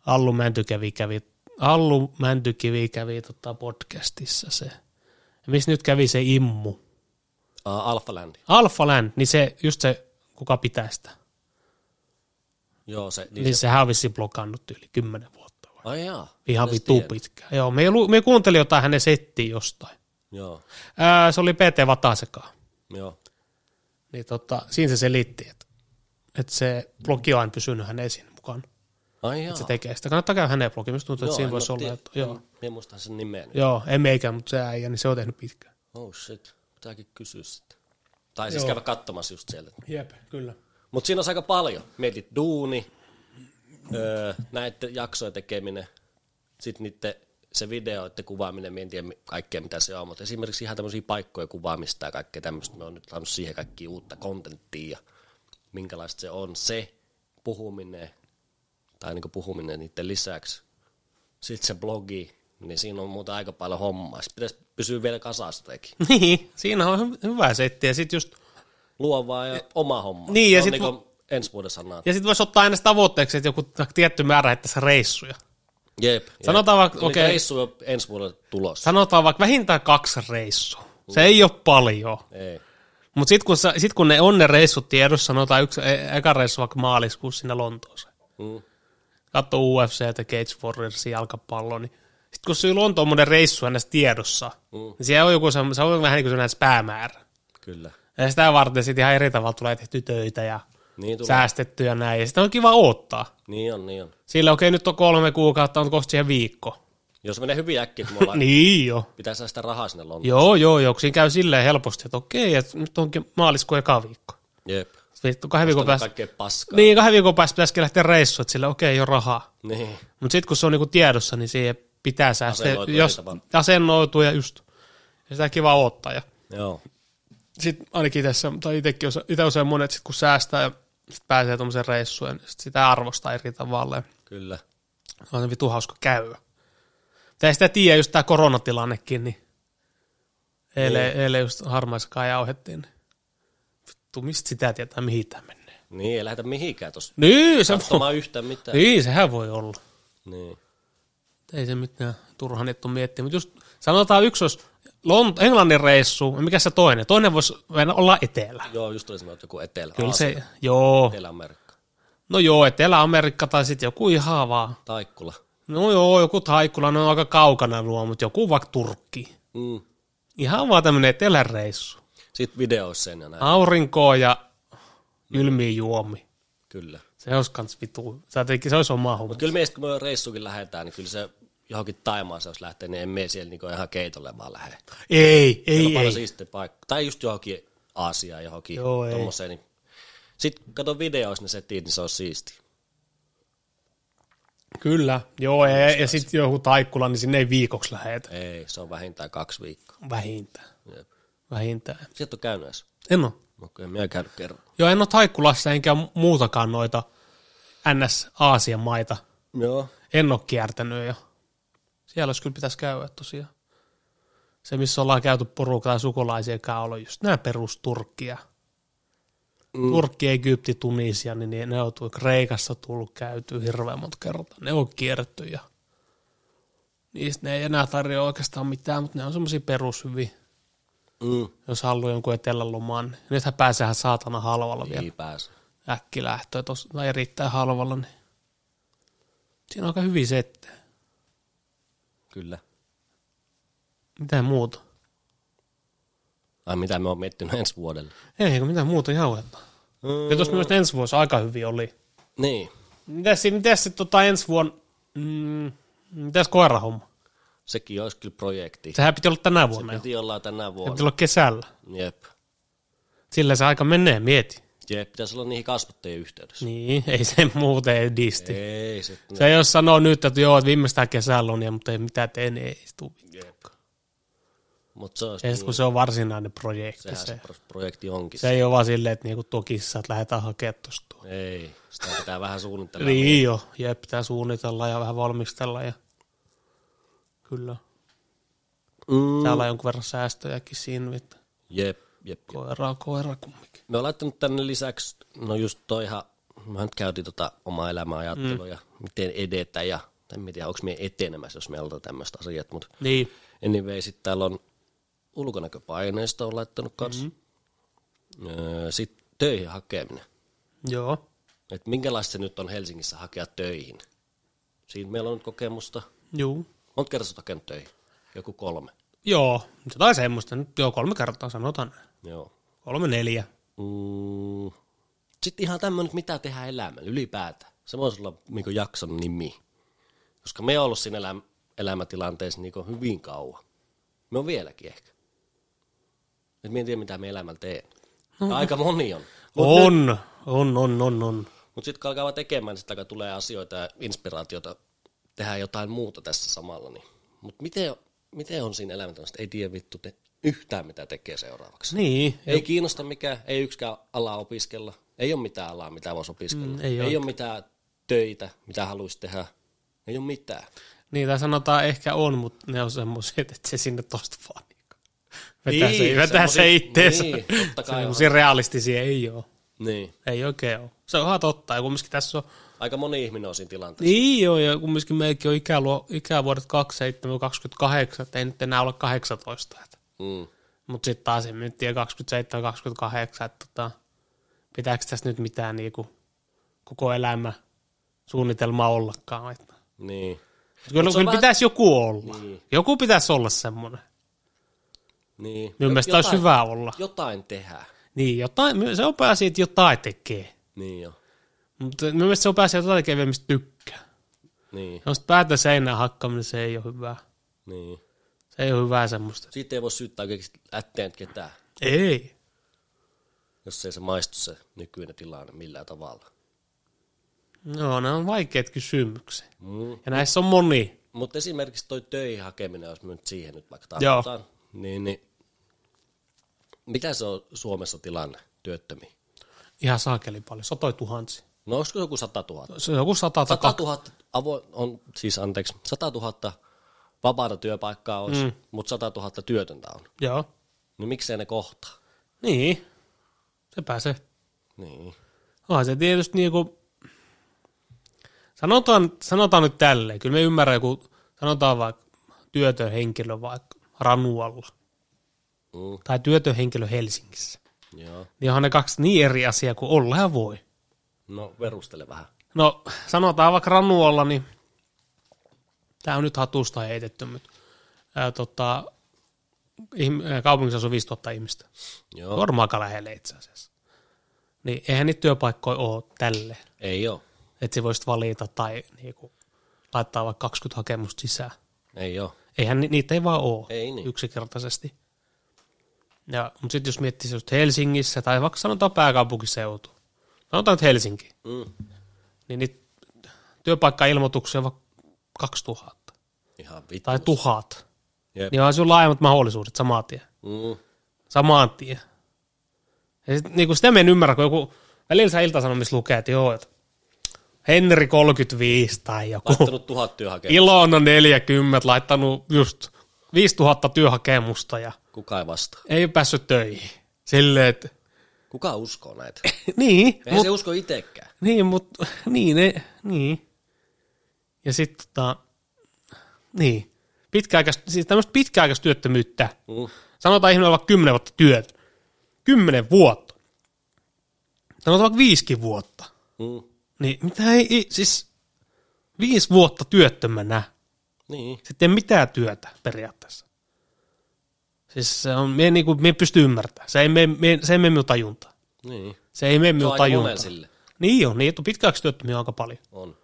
Allu Mäntykivi kävi, Allu Mäntykivi kävi tota podcastissa se. Ja missä nyt kävi se immu.
Uh, Alphalandi.
Alpha Land, niin se, just se, kuka pitää sitä.
Joo, se. Niin.
Niin sehän on vissiin blokannut yli kymmenen vuotta. vai?
Ai jaa.
Ihan
Edes
vitu
tiedä.
pitkään. Joo, me, lu- me kuuntelin jotain hänen settiä jostain.
Joo,
Ää, se oli PT Vatasekaan.
joo.
niin tota, siinä se selitti, että, että se blogi on aina pysynyt hänen esiin mukaan.
Ai jaa.
Se tekee sitä. Kannattaa käydä hänen blogiin. Minusta tuntuu, että siinä voisi olla. Että, joo.
Minä muistan sen nimen.
joo, ei meikään, mutta se äijä, niin se on tehnyt pitkään.
Oh shit, pitääkin kysyä sitä. Tai siis käydä katsomassa just sieltä.
Jep, kyllä.
Mutta siinä on aika paljon. Mietit duuni, öö, näiden jaksojen tekeminen, sitten niiden se videoiden kuvaaminen, mä en tiedä mi- kaikkea mitä se on, mutta esimerkiksi ihan tämmöisiä paikkoja kuvaamista ja kaikkea tämmöistä, me on nyt saanut siihen kaikki uutta kontenttia ja minkälaista se on se puhuminen, tai niinku puhuminen niiden lisäksi. Sitten se blogi, niin siinä on muuta aika paljon hommaa. Sitten pitäisi pysyä vielä kasastakin.
[laughs] Niin, siinä on hy- hyvä setti. Ja sitten just,
Luovaa ja oma homma.
Niin, ja
Se on
sit
niinku ensi vuoden sanaa.
ja sit voisi ottaa aina tavoitteeksi, että joku tietty määrä heittäisi reissuja.
Jep. jep.
Sanotaan vaikka-
Niitä
okei.
Reissu on ensi vuodelle tulossa.
Sanotaan vaikka vähintään kaksi reissua. Se ei ole paljon.
Ei.
Mutta sitten kun, sä- sit kun ne on ne reissut tiedossa, sanotaan yksi e- eka reissu vaikka maaliskuussa sinne Lontooseen.
Mm.
katso UFC ja Cage Warriorsin jalkapalloa, niin sitten kun sillä on tuommoinen reissu aina tiedossa, mm. niin siellä on joku semmo- se on vähän niin kuin semmoinen päämäärä.
Kyllä.
Ja sitä varten sitten ihan eri tavalla tulee tehty töitä ja
Niin tulee.
säästetty ja näin. Ja sitä on kiva odottaa.
Niin on, niin on.
Sillä okei, okay, nyt on kolme kuukautta, on kohta siihen viikko.
Jos menee hyvin äkkiä, kun me ollaan, niin.
Niin jo.
pitää saada sitä rahaa sinne Lontoon.
Joo, joo, joo. kun Siinä käy silleen helposti, että okei, että nyt onkin maaliskuun eka viikko.
Jep.
Sitten Vittu, kahden viikon päästä.
Kaikkea paskaa.
Niin, kahden viikon päästä pitäisikin lähteä reissuun, että sillä okei, okay, ei ole rahaa.
Niin.
Mutta sitten kun se on niinku tiedossa, niin siihen pitää säästää,
Asennoitua eri
jos
tavalla.
asennoituu ja just. Ja sitä on kiva ottaa. Ja
Joo.
sitten ainakin tässä, tai itsekin itse usein monet, sit kun säästää ja sit pääsee tuommoiseen reissuun, niin sit sitä arvostaa eri tavalla. Ja
Kyllä.
on se vitu hauska käydä. Tai sitä tiedä, just tämä koronatilannekin, niin eilen,
Niin.
eilen just harmaiskaan jauhettiin. niin Vittu, mistä sitä tietää, mihin tämä menee?
Niin, ei lähdetä mihinkään tuossa
Niin, se,
katsomaan yhtään mitään.
niin, sehän voi olla.
Niin.
ei se mitään turha niitä miettiä, mutta just sanotaan yksi olisi Lont- Englannin reissu, ja mikä se toinen? Toinen voisi mennä olla etelä.
Joo, just oli sanottu joku etelä.
Kyllä
Aasia,
se, joo.
Etelä-Amerikka.
No joo, Etelä-Amerikka tai sitten joku ihan vaan.
Taikkula.
No joo, joku Taikkula, ne on aika kaukana nuo, mutta joku vaikka Turkki.
Mm.
Ihan vaan tämmöinen eteläreissu.
Sitten videoissa sen ja näin.
Ah. Aurinkoa ja kylmiä juomi.
Kyllä.
Se olisi kans vitu. Se, jotenkin- se olisi oma homma.
Kyllä meistä, kun me reissuukin lähdetään, niin kyllä se johonkin Taimaan se, jos lähtee, niin en me siellä niinku ihan keitolle vaan lähde.
Ei, ei,
Ei,
ei.
ei. Siisti paikka. Tai just johonkin Aasiaan, johonkin
Joo, ei.
tommoseen. Niin. Sitten kato videoissa ne setit, niin se on siisti.
Kyllä, joo, ja, ja sitten joku Taikkula, niin sinne ei viikoksi lähetä.
Ei, se on vähintään kaksi viikkoa.
Vähintään.
Jep.
Vähintään.
Sieltä on käynyt edes.
En ole.
No, kyllä minä käynyt kerran.
Joo, en ole Taikkulassa enkä mu- muutakaan noita NS-Aasian maita.
Joo.
En ole kiertänyt jo. Siellä olisi kyllä pitäisi käydä tosiaan. Se, missä ollaan käyty porukka tai sukulaisia kanssa, on ollut just nämä perusturkkia. Mm. Turkki, Egypti, Tunisia, niin ne, ne on tullut Kreikassa tullut käyty hirveän monta kertaa. Ne on kierretty ja niistä ne ei enää tarjoa oikeastaan mitään, mutta ne on semmoisia perushyviä.
Mm.
jos haluaa jonkun etelälomaan. Niin nythän pääseehän saatana halvalla vielä.
Ei pääse.
äkkilähtöä tuossa, tai erittäin halvalla, niin siinä on aika hyvin settejä.
Kyllä.
Mitään muuta.
Ai mitä me on miettinyt ensi vuodelle.
Ei, kun mitään muuta jauhetta. Mm. Ja tuossa myös ensi vuosi aika hyvin oli.
Niin.
Mitäs, sit- mitäs sitten tota ensi vuonna, mm, mitäs koirahomma?
Sekin olisi kyllä projekti.
Sehän piti olla tänä vuonna. Se piti,
Piti olla tänä
piti
vuonna.
olla kesällä.
Jep.
Sillä se aika menee, mieti.
Jep, pitäisi olla niihin kasvattajien yhteydessä.
Niin, [laughs] ei se muuten edisti. Ei.
Ei niin. sitten.
Niin. Se jos sanoo nyt, että joo, että viimeistään kesällä on, ja, mutta ei mitään tee, niin ei istu.
Jep. Mutta se olisi
Ja sit, Siis kun se on varsinainen projekti.
Sehän
Niin. Se,
se projekti onkin.
se, ei ole vaan silleen, että niinku tuo kissa, että lähdetään hakemaan tuosta.
Ei, sitä pitää vähän suunnitella.
Niin jo, ja pitää suunnitella ja vähän valmistella ja kyllä.
Mm.
Täällä on jonkun verran säästöjäkin siinä, vittu.
Jep, jep.
Koiraa, koira kumminkin.
Me on laittanut tänne lisäksi, no just toihan, mä nyt käytiin tota omaa elämää ajattelua mm. ja miten edetä ja, en mä tiedä, onko me etenemässä, jos me aloitetaan tämmöistä asiat, mutta
Niin,
anyway, sitten täällä on ulkonäköpaineisto on laittanut kanssa. Mm. Öö, sitten töihin hakeminen.
joo.
Et minkälaista se nyt on Helsingissä hakea töihin? Siinä meillä on nyt kokemusta.
Juu.
Monta kertaa sä oot hakenut töihin? Joku kolme.
Joo, jotain semmoista. Nyt joo, kolme kertaa sanotaan. näin.
Joo.
Kolme, neljä.
Mm. Sitten ihan tämmöinen, että mitä tehdään elämällä ylipäätään. Se voisi olla niin jakson nimi. Koska me on ollut siinä elä- elämätilanteessa niin hyvin kauan. Me on vieläkin ehkä. Et me en tiedä, mitä me elämällä teen. Aika moni on.
On, on, on, on, on.
Mutta sitten kun alkaa vaan tekemään, niin sitten tulee asioita ja inspiraatiota tehdä jotain muuta tässä samalla. Niin. Mutta miten, miten on siinä elämäntilanteessa, että ei tiedä vittu te yhtään, mitä tekee seuraavaksi.
Niin,
Ei kiinnosta mikään, ei yksikään ala opiskella. Ei ole mitään alaa, mitä voisi opiskella. Mm,
ei
ei
oikein.
ole mitään töitä, mitä haluaisi tehdä. Ei ole mitään.
niitä sanotaan ehkä on, mutta ne on semmoisia, että se sinne tosta vaan. niinku Vetää se,
Niin,
vetää se
semmosia-
itteensä.
Niin, totta kai on.
Semmoisia realistisia ei ole.
Niin.
Ei oikein ole. Se on ihan totta. Ja kumminkin tässä on
Aika moni ihminen on siinä tilanteessa.
Niin joo, ja kumminkin meilläkin on ikäluo, ikävuodet 27 28, että ei nyt enää ole 18.
Mm.
Mutta sitten taas en nyt tiedä 27 28, että tota, pitääkö tässä nyt mitään niinku, koko elämä suunnitelmaa ollakaan. Että.
Niin.
Kyllä,
se on
kyllä
vähän-
pitäisi joku olla.
Niin.
Joku pitäisi olla semmoinen.
niin.
Minun mielestä olisi hyvä olla.
Jotain tehdä.
Niin, jotain, my- se on pääsi, että jotain tekee.
Niin jo.
Mutta minun mielestä se on pääsi, että jotain tekee, vielä, mistä tykkää.
Niin.
Jos päätä seinään hakkaaminen, se ei ole hyvää.
niin.
Se ei ole hyvää semmoista.
Siitä ei voi syyttää keksi- ätteen ketään,
Ei.
jos ei se maistu se nykyinen tilanne millään tavalla.
No, nämä on vaikeat kysymyksiä.
Mm.
Ja näissä on moni.
Mutta esimerkiksi toi töihin hakeminen, jos me nyt siihen nyt vaikka
Joo.
tartutaan, niin, niin mitä se on Suomessa tilanne työttömiä?
Ihan saakeli paljon, satoi tuhansi.
No olisiko joku 100 000?
Se on joku sata, sata.
100 000, avo, on, siis anteeksi, 100 000 vapaata työpaikkaa olisi, mm. mutta 100 000 työtöntä on.
Joo.
Niin miksei ne kohtaa?
Niin. Se pääsee.
Niin.
Onhan se tietysti niinku... Sanotaan, sanotaan nyt tälleen. Kyllä me ymmärrän joku, sanotaan vaikka työtön henkilö vaikka Ranualla.
Mm,
Tai työtön henkilö Helsingissä.
joo.
Niin onhan ne kaksi niin eri asiaa kuin ollaan voi.
No perustele vähän.
No, sanotaan vaikka Ranuolla, niin tämä on nyt hatusta heitetty, mutta ää, tota, ihm- ää, kaupungissa asuu 5000 ihmistä.
Joo.
Varmaan aika lähelle itse asiassa. Niin eihän niitä työpaikkoja ole tälle,
Ei oo.
että sä voisit valita tai niinku, laittaa vaikka 20 hakemusta sisään.
Ei oo.
Eihän ni- niitä ei vaan ole
Ei niin.
yksinkertaisesti. Ja, mutta sitten jos miettii just Helsingissä tai vaikka sanotaan pääkaupunkiseutu, sanotaan nyt Helsinki,
Mm.
niin niitä työpaikkailmoituksia on vaikka 2000
Ihan vittu.
tai tuhat,
Jep.
niin on sinulla laajemmat mahdollisuudet samaan tien.
Mm.
Samaan tien. Ja sit, niin kuin sitä me en ymmärrä, kun joku välillä iltasanomissa lukee, että joo, että Henri 35 tai joku,
Laittanut tuhat työhakemusta.
Ilona 40, laittanut just 5000 työhakemusta ja
Kuka ei vastaa.
ei ole päässyt töihin. Silleen, että
Kuka uskoo näitä?
[coughs] niin,
Eihän se usko itsekään.
Niin, mutta niin, ne, niin. Ja sitten tota, niin, pitkäaikaista, siis tämmöistä pitkäaikaista työttömyyttä.
Mm.
Sanotaan ihminen olla kymmenen vuotta työtä. Kymmenen vuotta. Sanotaan vaikka viisikin vuotta.
Mm.
Niin mitä ei, ei siis viisi vuotta työttömänä.
Niin.
Sitten ei mitään työtä periaatteessa. Siis se on, me, niin kuin, me ei pysty ymmärtämään. Se ei mene me, se ei mene minun tajuntaan.
Niin.
Se ei mene
Se on
minun
aika monen
tajuntaan.
sille.
Niin on, niin että pitkäaikaisia työttömiä on aika paljon.
On.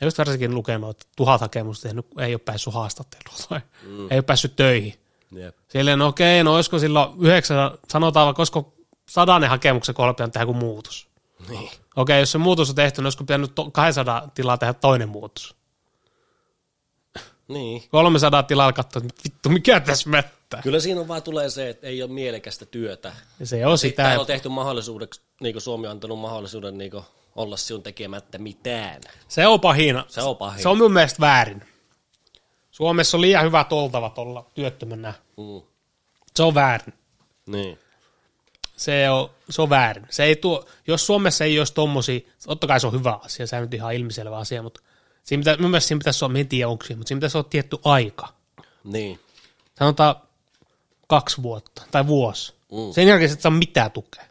Ja just varsinkin lukenut, että tuhat hakemusta tehnyt, ei ole päässyt haastatteluun [laughs] tai mm. ei ole päässyt töihin.
Jep.
Silleen, no okei, no olisiko silloin yhdeksän, sanotaan vaikka olisiko sadanen hakemuksen kohdalla pitänyt tehdä joku muutos.
Niin.
Okei, jos se muutos on tehty, niin olisiko pitänyt to- 200 tilaa tehdä toinen muutos.
Niin.
300 tilaa katsoa, että vittu, mikä tässä mättää.
Kyllä siinä on vaan tulee se, että ei ole mielekästä työtä.
Ja se on sitä,
Täällä on
että
tehty mahdollisuudeksi, niin kuin Suomi on antanut mahdollisuuden niin kuin olla sinun tekemättä mitään.
se on pahina.
Se on pahin.
Se on mun mielestä väärin. Suomessa on liian hyvät oltavat olla työttömänä.
Mm.
Se on väärin.
Niin.
se on, se on väärin. Se ei tuo, jos Suomessa ei olisi tommosia, totta kai se on hyvä asia, se on nyt ihan ilmiselvä asia, mutta siinä pitä, mun mielestä siinä pitäisi olla, mä en tiedä onko siinä, mutta siinä pitäisi olla tietty aika.
Niin.
Sanotaan kaksi vuotta tai vuosi.
Mm.
Mm. Sen jälkeen sä et saa mitään tukea.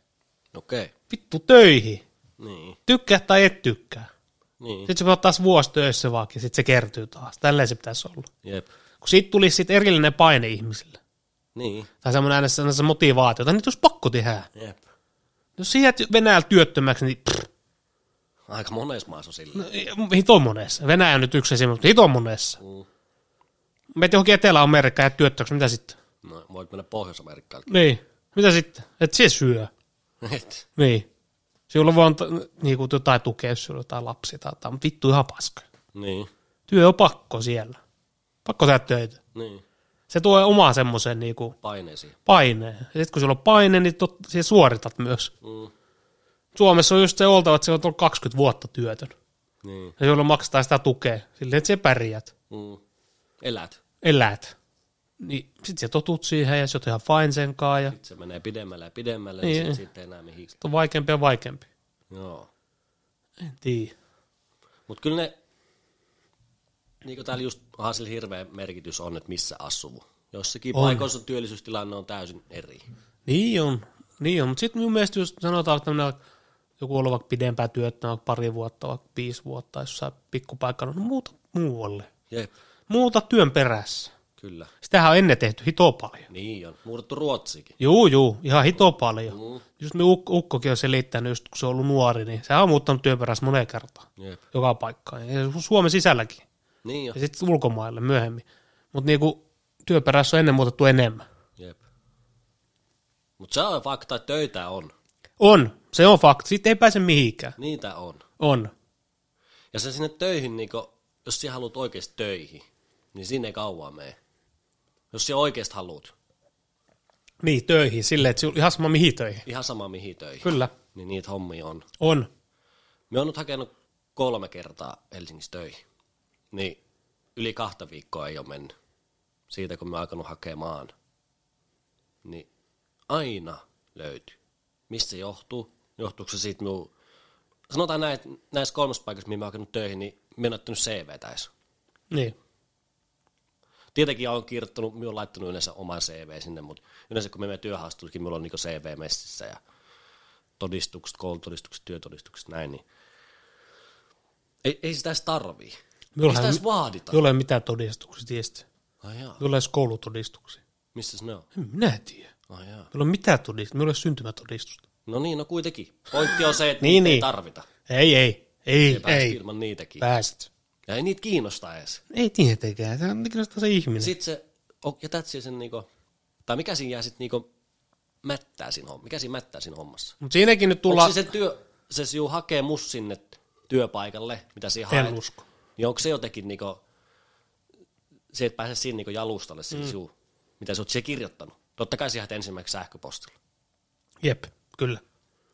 Okei. Okay.
Vittu töihin.
Niin.
Tykkää tai et tykkää.
Niin.
Sitten se pitää taas vuosi töissä vaikka, sitten se kertyy taas. Tälleen se pitäisi olla.
Jep.
Kun siitä tulisi sitten erillinen paine ihmisille.
Niin.
Tai semmoinen aina se motivaatio, että nyt olisi pakko tehdä. No
Jep.
Jos sä jäät Venäjällä työttömäksi, niin pff,
Aika monessa maassa on sillä.
Hito monessa. Venäjä on nyt yksi esimerkki, mutta hito monessa.
Mm.
Meitä johonkin Etelä-Amerikkaan ja työttömäksi, mitä sitten?
No, voit mennä Pohjois-Amerikkaan. [laughs]
Niin. Mitä sitten? Et se syö.
Et.
Niin. Sinulla voi antaa niin kuin jotain tukea, jos sinulla on jotain lapsia tai jotain, mutta vittu ihan paska.
Niin.
Työ on pakko siellä. Pakko tehdä töitä.
Niin.
Se tuo omaa semmoisen niin kuin
Paineisiin.
paineen. Ja sitten kun sulla on paine, niin tot, sinä suoritat myös.
Mm.
Suomessa on just se oltava, että se on ollut 20 vuotta työtön.
Niin.
Ja sinulla maksetaan sitä tukea. Silleen, että se pärjät.
Mm. Elät.
elät. Niin sit sä totut siihen ja sä oot ihan fine sen kanssa ja
Se menee pidemmälle ja pidemmälle,
Niin.
niin. ja sitten ei enää mihinkään.
sit on vaikeampi ja vaikeampi.
Joo.
En tiedä.
Mutta kyllä ne, niin kuin täällä just onhan sillä hirveä merkitys on, että missä asuu. Jossakin
On.
paikoissa työllisyystilanne on täysin eri.
Niin on, niin on. mutta sitten mun mielestä just sanotaan, että tämmönen joku ollut vaikka pidempään työttömänä, vaikka pari vuotta, vaikka viisi vuotta, jossain pikkupaikalla, no muuta muualle.
Jep.
Muuta työn perässä.
Kyllä.
Sitähän on ennen tehty hito paljon.
Niin on. Muutettu Ruotsiinkin.
Juu, juu, ihan hito paljon.
Mm.
Just me uk- ukkokin on selittänyt, just kun se on ollut nuori, niin se on muuttanut työn perässä moneen kertaan,
Jep.
joka paikkaan. Ja Suomen sisälläkin.
Niin on.
ja sitten ulkomaille myöhemmin. Mutta niinku työperässä on ennen muutettu enemmän.
Jep. Mutta se on fakta, että töitä on.
On, se on fakta. Sitten ei pääse mihinkään.
Niitä on.
On.
Ja se sinne töihin, niin kun, jos sinä haluat oikeasti töihin, niin sinne ei kauan mene. Jos sinä oikeasti haluat,
Niin, töihin. Silleen, että se on ihan sama mihin töihin.
ihan sama mihin töihin,
Kyllä,
niin niitä hommia on.
on.
Me on nyt hakenut kolme kertaa Helsingissä töihin. Niin yli kahta viikkoa ei ole mennyt siitä, kun me alkanut hakemaan. Niin aina löytyy. Mistä se johtuu? Johtuuko se siitä minun... Sanotaan näin, että näissä kolmessa paikassa, mihin mä oon hakenut töihin, niin minä en ottanut CVtä edes.
Niin.
Tietenkin olen kirjoittanut, minä olen laittanut yleensä oman CV sinne, mutta yleensä kun me menee työhaastuksiin, minulla on niin CV messissä ja todistukset, koulutodistukset, työtodistukset, näin, niin ei, ei sitä edes tarvii. ei sitä
Minullahan-
edes vaadita.
Ei ole mitään todistuksia tietysti.
Ai jaa,
Ei ole edes koulutodistuksia.
missä ne on?
En minä tiedä.
Ai jaa.
Meillä on mitään todistusta. Meillä ei ole syntymätodistusta.
No niin, no kuitenkin. Pointti on se, että
Niin,
niitä ei
niin.
tarvita.
Ei, ei. Ei,
Ei päästä
ei.
ilman niitäkin.
Pääset.
Ja ei niitä kiinnosta edes.
Ei tietenkään. Se on kyllä se ihminen.
Sitten se, o- jätät siihen sen niinku, tai mikä siinä jää sitten niinku mättää siinä hommassa? Mikä siinä mättää siinä hommassa?
Mutta siinäkin nyt
Onko
tullaan...
se, se, työ, se sinun hakemus sinne työpaikalle, mitä siinä haet?
En usko.
Niin onko se jotenkin niinku, se et pääse siinä niinku jalustalle, mm. siu, mitä sä oot siihen kirjoittanut? Totta kai siihen ensimmäiseksi sähköpostilla.
Jep, kyllä.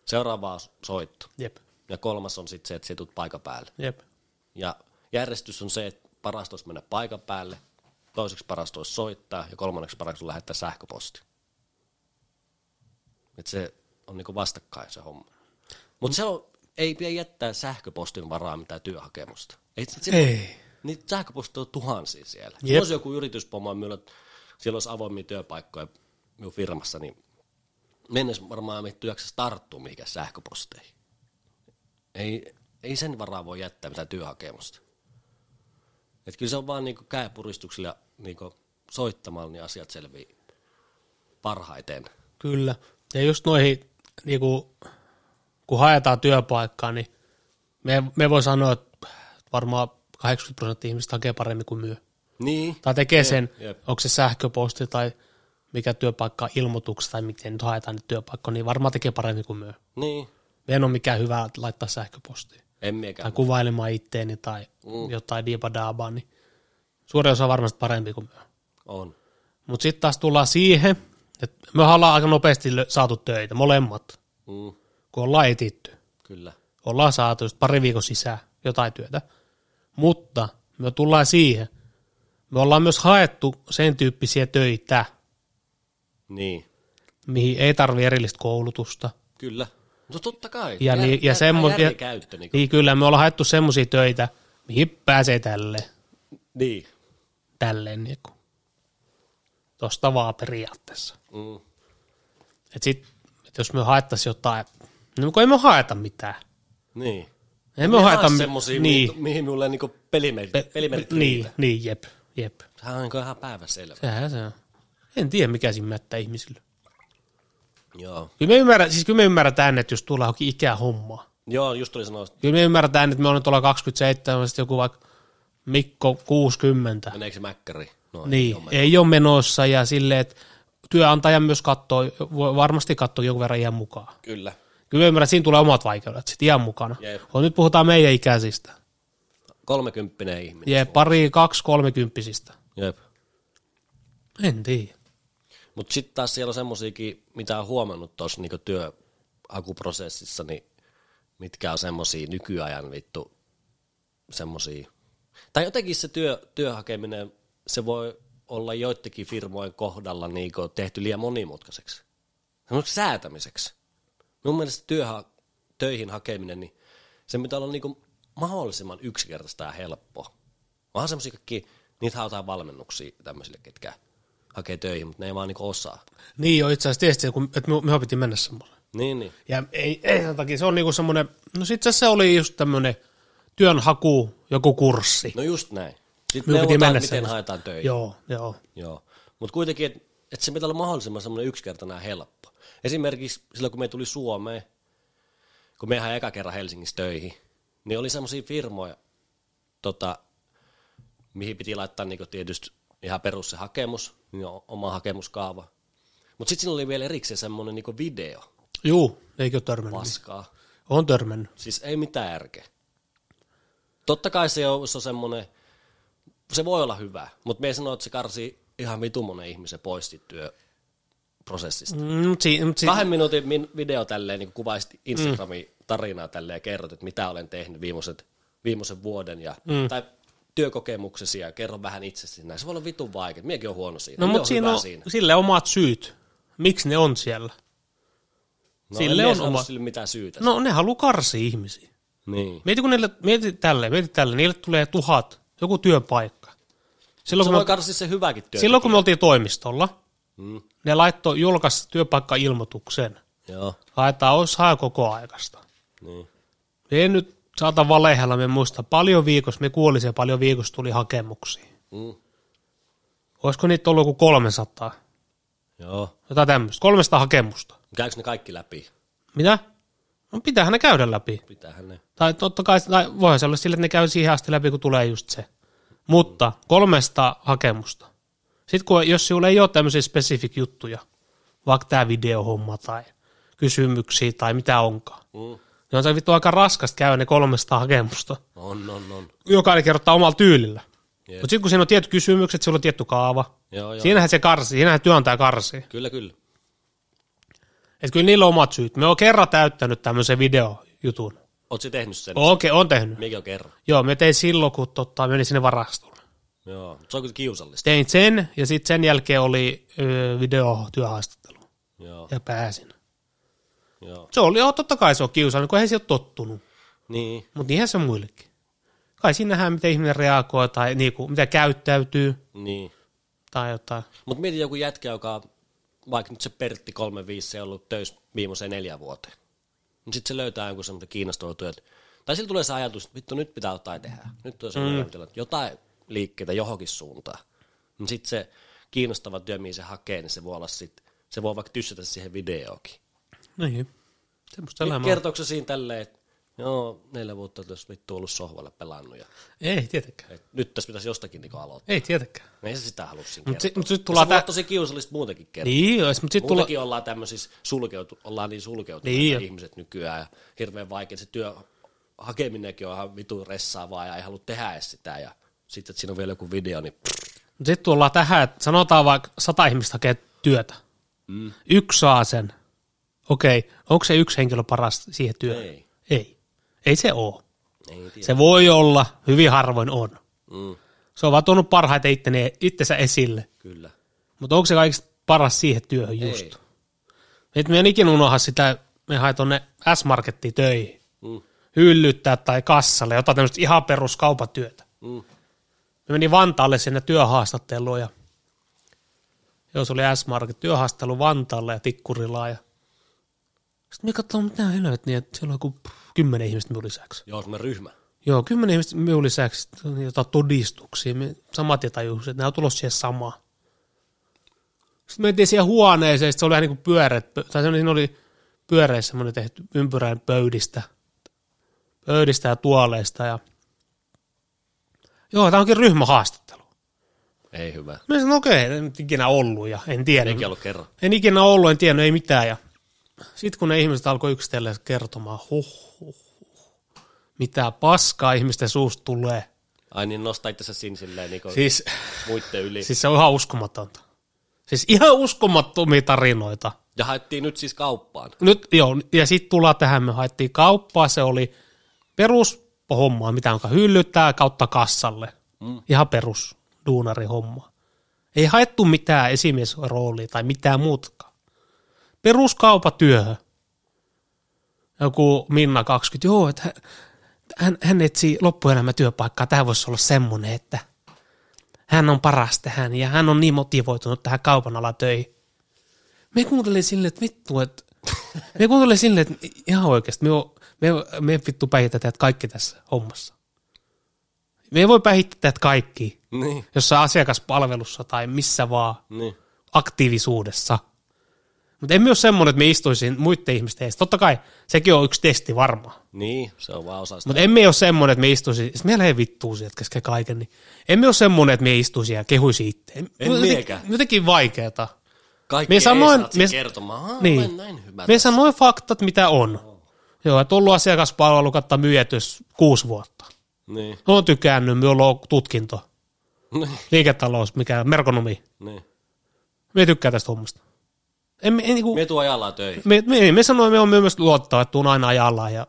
Seuraava on soitto.
Jep,
Ja kolmas on sitten se, että sä tulet paikan päälle.
jep.
Ja järjestys on se, että parasta olisi mennä paikan päälle, toiseksi parasta olisi soittaa ja kolmanneksi parasta olisi lähettää sähköposti. Et se on niinku vastakkain se homma. Mutta se on, ei pidä jättää sähköpostin varaa mitään työhakemusta. Ei, sit- sit-
Ei.
Niitä sähköpostia on Niin tuhansia siellä.
Jep.
Jos joku yrityspomo on minulla, että siellä olisi avoimia työpaikkoja minun firmassa, niin mennessä varmaan me työksessä tarttuu mihinkään sähköposteihin. Ei, ei sen varaa voi jättää mitään työhakemusta. Et kyllä se on vaan niinku käepuristuksilla niinku soittamalla, niin asiat selvii parhaiten.
Kyllä. Ja just noihin, niinku, kun haetaan työpaikkaa, niin me, me voi sanoa, että varmaan 80 prosenttia ihmistä hakee paremmin kuin myö.
Niin.
Tai tekee sen,
jep.
onko se sähköposti tai mikä työpaikka on ilmoituksessa tai miten nyt haetaan nyt työpaikkoja, niin varmaan tekee paremmin kuin myö.
Niin.
Me en ole mikään hyvä laittaa sähköpostia
En miekään.
tai kuvailemaan itteeni tai mm. jotain diipadaabaa, niin suurin osa on varmasti parempi kuin myö.
On.
Mutta sitten taas tullaan siihen, että me ollaan aika nopeasti lö- saatu töitä, molemmat,
Mm,
kun ollaan etitty.
kyllä.
Ollaan saatu just pari viikon sisään jotain työtä. Mutta me tullaan siihen, me ollaan myös haettu sen tyyppisiä töitä,
Niin.
mihin ei tarvi erillistä koulutusta.
Kyllä. No totta kai.
Ja,
Jär-
niin, ja
jär-
semmo- ja-
järkikäyttö. Niin.
Niin kyllä, me ollaan haettu semmoisia töitä, mihin pääsee tälle,
niin.
tälleen niin kuin. Tosta vaan periaatteessa.
Mm,
Et sit, et jos me haettaisiin jotain, no kun ei me haeta mitään.
niin.
Ei me, haeta
Ihan
mi-
semmosia,
niin,
mihin, mihin minulle niinku pelimerkki. Pe- pelimerkki.
niin, niin, jep, jep.
Sehän on niinku ihan päiväselvä.
Sehän se on. En tiedä, mikä siinä mättää ihmisillä.
Joo.
Kyllä me, ymmärrä, siis kyllä me ymmärretään, että jos tulee johonkin ikähommaa.
Joo, just tuli sanoa, että
Kyllä me ymmärretään, että me ollaan tuolla 27, ja sitten joku vaikka Mikko 60.
meneekö se mäkkäri. No,
Niin,
Joo,
ei ole menossa ja silleen, että työnantaja myös katsoo, voi varmasti katsoo jonkun verran iän mukaan.
Kyllä.
Kyllä mä ymmärrän, että siinä tulee omat vaikeudet sitten iän mukana.
Jep.
Mut Nyt puhutaan meidän ikäisistä.
Kolmekymppinen ihminen.
Jee, pari kaksi kolmekymppisistä.
Jep.
En tiedä.
Mutta sitten taas siellä on semmoisiakin, mitä on huomannut tuossa niinku työhakuprosessissa, niin mitkä on semmoisia nykyajan vittu semmoisia. Tai jotenkin se työ, työhakeminen, se voi olla joidenkin firmojen kohdalla niinku tehty liian monimutkaiseksi. Semmoiseksi säätämiseksi. Mun mielestä työha, töihin hakeminen, niin se pitää olla niinku mahdollisimman yksinkertaista ja helppoa. Onhan semmoisia kaikki, niitä haetaan valmennuksia tämmöisille, ketkä hakee töihin, mutta ne ei vaan niinku osaa.
Niin jo itse asiassa tietysti, kun, että me, me piti mennä semmoinen.
Niin, niin.
Ja ei, ei sen takia, se on niinku semmoinen, no sit se- se oli just tämmöinen työnhaku, joku kurssi.
No just näin. Sitten
Minun piti
neuvotaan,
mennä
miten
semmoiseen.
haetaan töihin. Joo.
Joo, joo.
Joo. Mutta kuitenkin, että et se pitää olla mahdollisimman semmoinen yksinkertainen ja helppo. Esimerkiksi silloin, kun me tuli Suomeen, kun mehän eka kerran Helsingissä töihin, niin oli semmoisia firmoja, tota, mihin piti laittaa niinku tietysti ihan perus se hakemus, niin o- oma hakemuskaava. Mutta sitten siinä oli vielä erikseen semmoinen niinku video
niin. Juu, eikö ole törmännyt?
paskaa.
On törmännyt.
Siis ei mitään järkeä. Totta kai se on, se on semmoinen, se voi olla hyvä, mutta me ei sano, että se karsii ihan vitumonen ihmisen pois siitä työprosessista. Mm.
Mm, mut si, mut si,
Kahden minuutin min- video tälleen, niin kuvaisit Instagramin tarinaa tälleen ja kerrot, että mitä olen tehnyt viimeiset, viimeisen vuoden ja, mm. tai työkokemuksesi ja kerro vähän itsestäsi näin. Se voi olla vitun vaikea. Miekin on huono siinä.
No
Mie
mutta
on
siinä
hyvä
on sille omat syyt, miksi ne on siellä.
No,
sille
en mie
on
sano
oma-
Sille mitään syytä.
No ne haluaa karsia ihmisiä.
Niin.
Mieti kun niille, mieti tälle, mieti tälle, niille tulee tuhat, joku työpaikka. Silloin
Se
kun, me,
voi karsia se hyväkin työ.
silloin kun me oltiin toimistolla,
Mm.
ne laittoi julkaisi työpaikka-ilmoituksen.
Joo,
Haetaan, olisi hae koko aikasta.
niin.
Me ei nyt saata valehella, me muista paljon viikossa, me kuoli se paljon viikossa tuli hakemuksia.
Mm.
Olisiko niitä ollut joku 300,
Joo.
jotain tämmöistä, 300 hakemusta.
Käykö ne kaikki läpi?
Mitä? No pitäähän ne käydä läpi.
Pitäähän ne.
Tai totta kai, tai voihan se olla sille, että ne käy siihen asti läpi, kun tulee just se. Mutta kolmesta hakemusta. Sitten kun, jos sinulla ei ole tämmöisiä spesifik juttuja, vaikka tämä videohomma tai kysymyksiä tai mitä onkaan,
Mm.
niin on se vittu aika raskasta käydä ne kolmesta hakemusta.
On, on, on.
Jokainen kerrottaa omalla tyylillä.
Jep.
Mutta sitten kun siinä on tietyt kysymykset, sillä on tietty kaava.
Joo, joo.
Siinähän se karsii, siinähän työntäjä karsii.
Kyllä, kyllä.
Että kyllä niillä on omat syyt. Me on kerran täyttänyt tämmöisen videojutun.
Oot sä tehnyt sen?
Okei, on tehnyt.
Mikä on kerran?
Joo, me tein silloin, kun tota, menin sinne varastolle.
Joo. Se on kyllä kiusallista.
Tein sen, ja sitten sen jälkeen oli ö, videotyöhaastattelu,
Joo,
ja pääsin.
joo.
Se oli, joo, totta kai se on kiusallinen, kun ei se ole tottunut,
Niin.
mutta niinhän se on muillekin. Kai siinä nähdään, miten ihminen reagoi, tai niinku, miten käyttäytyy,
Niin.
tai jotain.
Mut mieti joku jätkä, joka on vaikka nyt se Pertti 35 ei ollut töissä viimeiseen neljä vuoteen, niin sitten se löytää jonkun semmoinen kiinnostava työ. Tai sillä tulee se ajatus, että vittu nyt pitää jotain tehdä. Nyt on semmoinen, mm. että jotain liikkeitä johonkin suuntaan. Niin sitten se kiinnostava työ, mihin se hakee, niin se voi olla sit, se voi vaikka tyssätä siihen videoonkin.
Niin. Semmoista
Niin,
elämää. on.
Kertooko se siinä tälleen, että joo, neljä vuotta tässä vittu ollut sohvalle pelannut ja
Ei tietenkään.
et nyt tässä pitäisi jostakin niinku aloittaa.
Ei tietenkään.
Ei se sitä halusin
Mutta
kertoa.
sit, mut sit
Tulla
tullaan...
se tä...
Tä...
tosi kiusallista muutenkin kertoa.
Niin, mutta sitten
Tulla...
tullaan...
Muutenkin ollaan tämmöisissä sulkeutu, ollaan niin sulkeutuneita
Niin.
niin. ihmiset nykyään ja hirveän vaikea. Se työ hakeminenkin on ihan vitu ressaavaa ja ei halua tehdä edes sitä ja sitten, että siinä on vielä joku video, niin
Sitten tullaan tähän, että sanotaan vaikka sata ihmistä hakee työtä. Mm. Yksi saa sen. Okei, onko se yksi henkilö paras siihen työhön?
Ei.
Ei, Ei se ole.
ei tiedä.
Se voi olla, hyvin harvoin on.
Mm,
Se on vaan tuonut parhaiten itteni, itsensä esille.
kyllä.
Mutta onko se kaikista paras siihen työhön
Ei.
just? Et me en ikinä unoha sitä, me hae tuonne S-Markettiin töihin,
Mm,
hyllyttää tai kassalle, jotain tämmöistä ihan peruskaupatyötä.
mm,
Me menin Vantaalle sinne työhaastatteluun ja joo, se oli S-Market, työhaastattelu Vantaalle ja Tikkurilaan ja sitten me katsoin, mitä helvettiä, että siellä on joku kymmenen ihmistä minun lisäksi.
joo, semmoinen ryhmä.
Joo, kymmenen ihmistä minun lisäksi oli jotain todistuksia. Me samat ja tajus, että nämä on tulossa siihen samaan. Sitten mentiin siihen huoneeseen, sit se oli ihan niin kuin pyöreät, pö- tai semmoinen, siinä oli pyöreä semmoinen tehty ympyräinen pöydistä, pöydistä ja tuoleista. Ja... Joo, tämä onkin ryhmähaastattelu.
Ei hyvä.
Mä sanoin, "No okei, en nyt ikinä ollut ja en tiedä.
Eikä ollut kerran.
En ikinä ollut, en tiennyt, ei mitään. Ja sitten kun ne ihmiset alkoi yksitellen kertomaan, huh, huh, huh, mitä paskaa ihmisten suusta tulee.
Ai niin, nostaa itse siinä silleen niin siis,
Siis,
muitten yli. Siis,
siis se on ihan uskomatonta. Siis ihan uskomattomia tarinoita.
ja haettiin nyt siis kauppaan.
Nyt joo, ja sitten tullaan tähän, me haettiin kauppaa, se oli perushommaa, mitä onka hyllyttää kautta kassalle. Mm. Ihan perus duunarihommaa. Ei haettu mitään esimiesroolia tai mitään muutkaan. Peruskaupatyöhön. Joku Minna 20, joo, että hän, hän, hän etsii loppuelämä työpaikkaa, tämä voisi olla semmoinen, että hän on paras tähän ja hän on niin motivoitunut tähän kaupan alatöihin. Me kuuntelin silleen, että vittu, että me kuuntelin silleen, että ihan oikeasti, me, o- me, me ei vittu päihittää teidät kaikki tässä hommassa. Me ei voi päihittää teidät kaikki,
Niin,
jossain asiakaspalvelussa tai missä vaan
niin.
aktiivisuudessa. Mutta en myös semmoinen, että me istuisin muiden ihmisten edes. Totta kai sekin on yksi testi varmaan.
Niin, se on vaan osa sitä.
Mutta emme ole semmoinen, että me istuisi, sitten meillä ei vittuu sieltä kesken kaiken, niin emme ole semmoinen, että me istuisi ja kehuisi itse.
En
Jotenkin-
miekään.
Jotenkin vaikeeta.
Kaikki
me
ei
samoin-
saat
me-
me... kertomaan. Aa,
Niin.
niin. näin hyvä.
Me sanoin faktat, mitä on. Joo, että ollut asiakaspalvelu kattaa myyjätys kuusi vuotta.
Niin,
No on tykännyt, minulla on tutkinto,
niin,
liiketalous, mikä merkonomi.
niin.
Me tykkää tästä hommasta. En, en, niin kuin,
Me tuo ajalla töihin.
me, niin, me, me sanoin, me on myös luottaa, että tuun aina ajallaan ja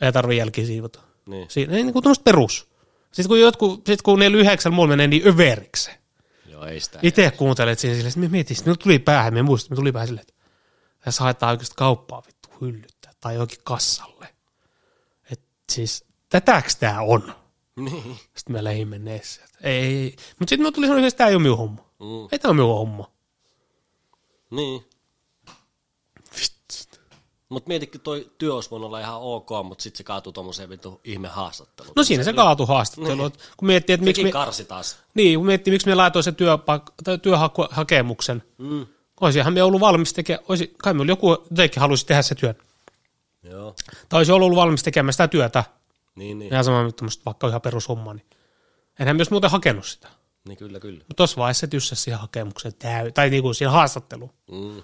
ei tarvitse jälkiä siivota.
Niin.
Siinä ei niin kuin perus. Sitten kun, jotkut, sit kun ne yhdeksän mulla menee niin överiksi.
Joo, ei sitä.
Itse kuuntelet siinä silleen, että me mietin, että tuli päähän, me muistin, me tuli päähän silleen, että tässä haetaan oikeasti kauppaa vittu hyllyttä tai johonkin kassalle. Et siis tätäks tää on?
Niin.
Sitten me lähdin menneessä. että Ei, ei. Mutta sitten me tuli sanoa, että tämä ei ole minun homma.
Mm,
Ei tämä ole minun homma.
niin.
Vittu.
Mutta mietitkö, toi työ olisi voinut olla ihan ok, mutta sitten se kaatuu tuommoiseen vittu ihme haastatteluun.
No siinä se kaatui haastattelu. et Kun miettii, että miksi
Niin. Sekin
me,
me... karsi taas.
niin, kun miettii, miksi me laitoin sen työpaik- tai työhakemuksen,
Mm.
olisinhan me ollut valmis tekemään, olisi, kai me oli joku jotenkin halusi tehdä se työn.
Joo,
Tai olisi ollut valmis tekemään sitä työtä,
niin, niin. Ja.
Ihan sama mittu, musta vaikka on ihan perushomma, niin enhän myös muuten hakenut sitä.
Niin kyllä, kyllä.
Mutta tuossa vaiheessa se tyssäsi siihen hakemukseen täy- tai niinku siihen haastatteluun,
Mm.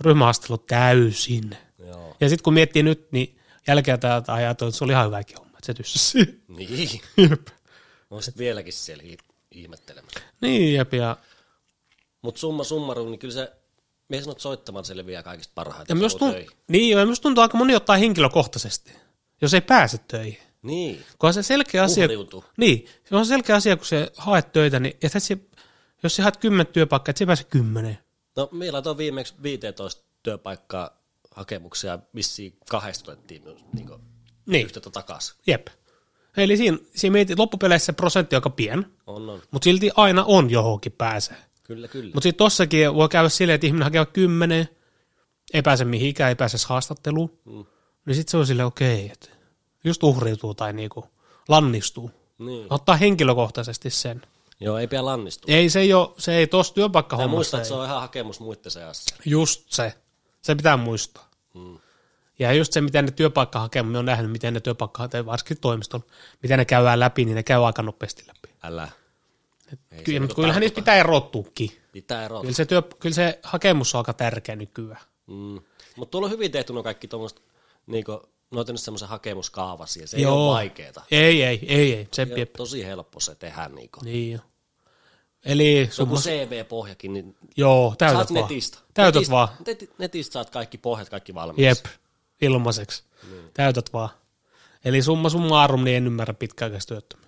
ryhmähaastattelu täysin.
Joo.
Ja sitten kun miettii nyt, niin jälkeen täältä ajatellut, että se oli ihan hyväkin homma, että se tyssäsi.
Niin. On sit vieläkin siellä hi- ihmettelemässä.
[laughs] niin, jep, ja,
Mutta summa summarum, niin kyllä se mies sanot soittamaan selviää kaikista
ja
parhaiten.
myös
Se on
tunt-
töihin.
niin, ja myös tuntuu aika moni ottaa henkilökohtaisesti, jos ei pääse töihin.
Niin.
Kun on se selkeä asia,
Uhriutuu.
niin, se on selkeä asia, kun se haet töitä, niin et se, jos sä haet kymmen työpaikkaa, et sä pääse kymmeneen.
No meillä on viimeksi 15 työpaikkaa hakemuksia, vissiin kahdesta otettiin niin
Niin.
yhtä tuota takaisin.
Jep. Eli siinä, siinä mietit, loppupeleissä se prosentti on aika pien,
On, on.
mutta silti aina on johonkin pääsee.
Kyllä, kyllä.
Mutta sitten tossakin voi käydä silleen, että ihminen hakee vaikka kymmenen, ei pääse mihinkään, ei pääse edes haastatteluun. Mm. Niin sitten se on silleen, okei, että just uhriutuu tai niinku lannistuu.
Niin.
Ottaa henkilökohtaisesti sen.
Joo, ei pidä lannistua.
Ei se, ei oo, se ei tuossa
Ja
työpaikkahommassa.
muista,
ei.
että se on ihan hakemus muitten seassa.
Just se. Se pitää muistaa.
Mm.
Ja just se, miten ne työpaikkahakemukset, on nähnyt, miten ne työpaikkahakemus, varsinkin toimistolla, miten ne käydään läpi, niin ne käy aika nopeasti läpi.
Älä. Ei
Kyllä,
se
mutta
niinku
kyllähän niistä
tarkoita.
pitää erottuukin.
Pitää erota.
Kyllä se, työ, kyllä se hakemus on aika tärkeä nykyään.
Mm. Mutta tuolla on hyvin tehty no kaikki tuommoista, niinku, ne on tehnyt semmoisen hakemuskaavasia, se ei
Joo.
ole vaikeeta.
Ei, ei, ei, ei. Se
Ei
jep.
ole tosi helppo se tehdä. Niinku.
Niin jo. Eli sun,
Joku CV-pohjakin, niin
joo, täytät
saat
vaan.
netistä.
Täytät
netistä,
vaan.
neti- netistä saat kaikki pohjat, kaikki valmiiksi.
Jep, ilmaiseksi. Niin. Täytät vaan. Eli summa summarum, niin en ymmärrä pitkäaikaistyöttömiä.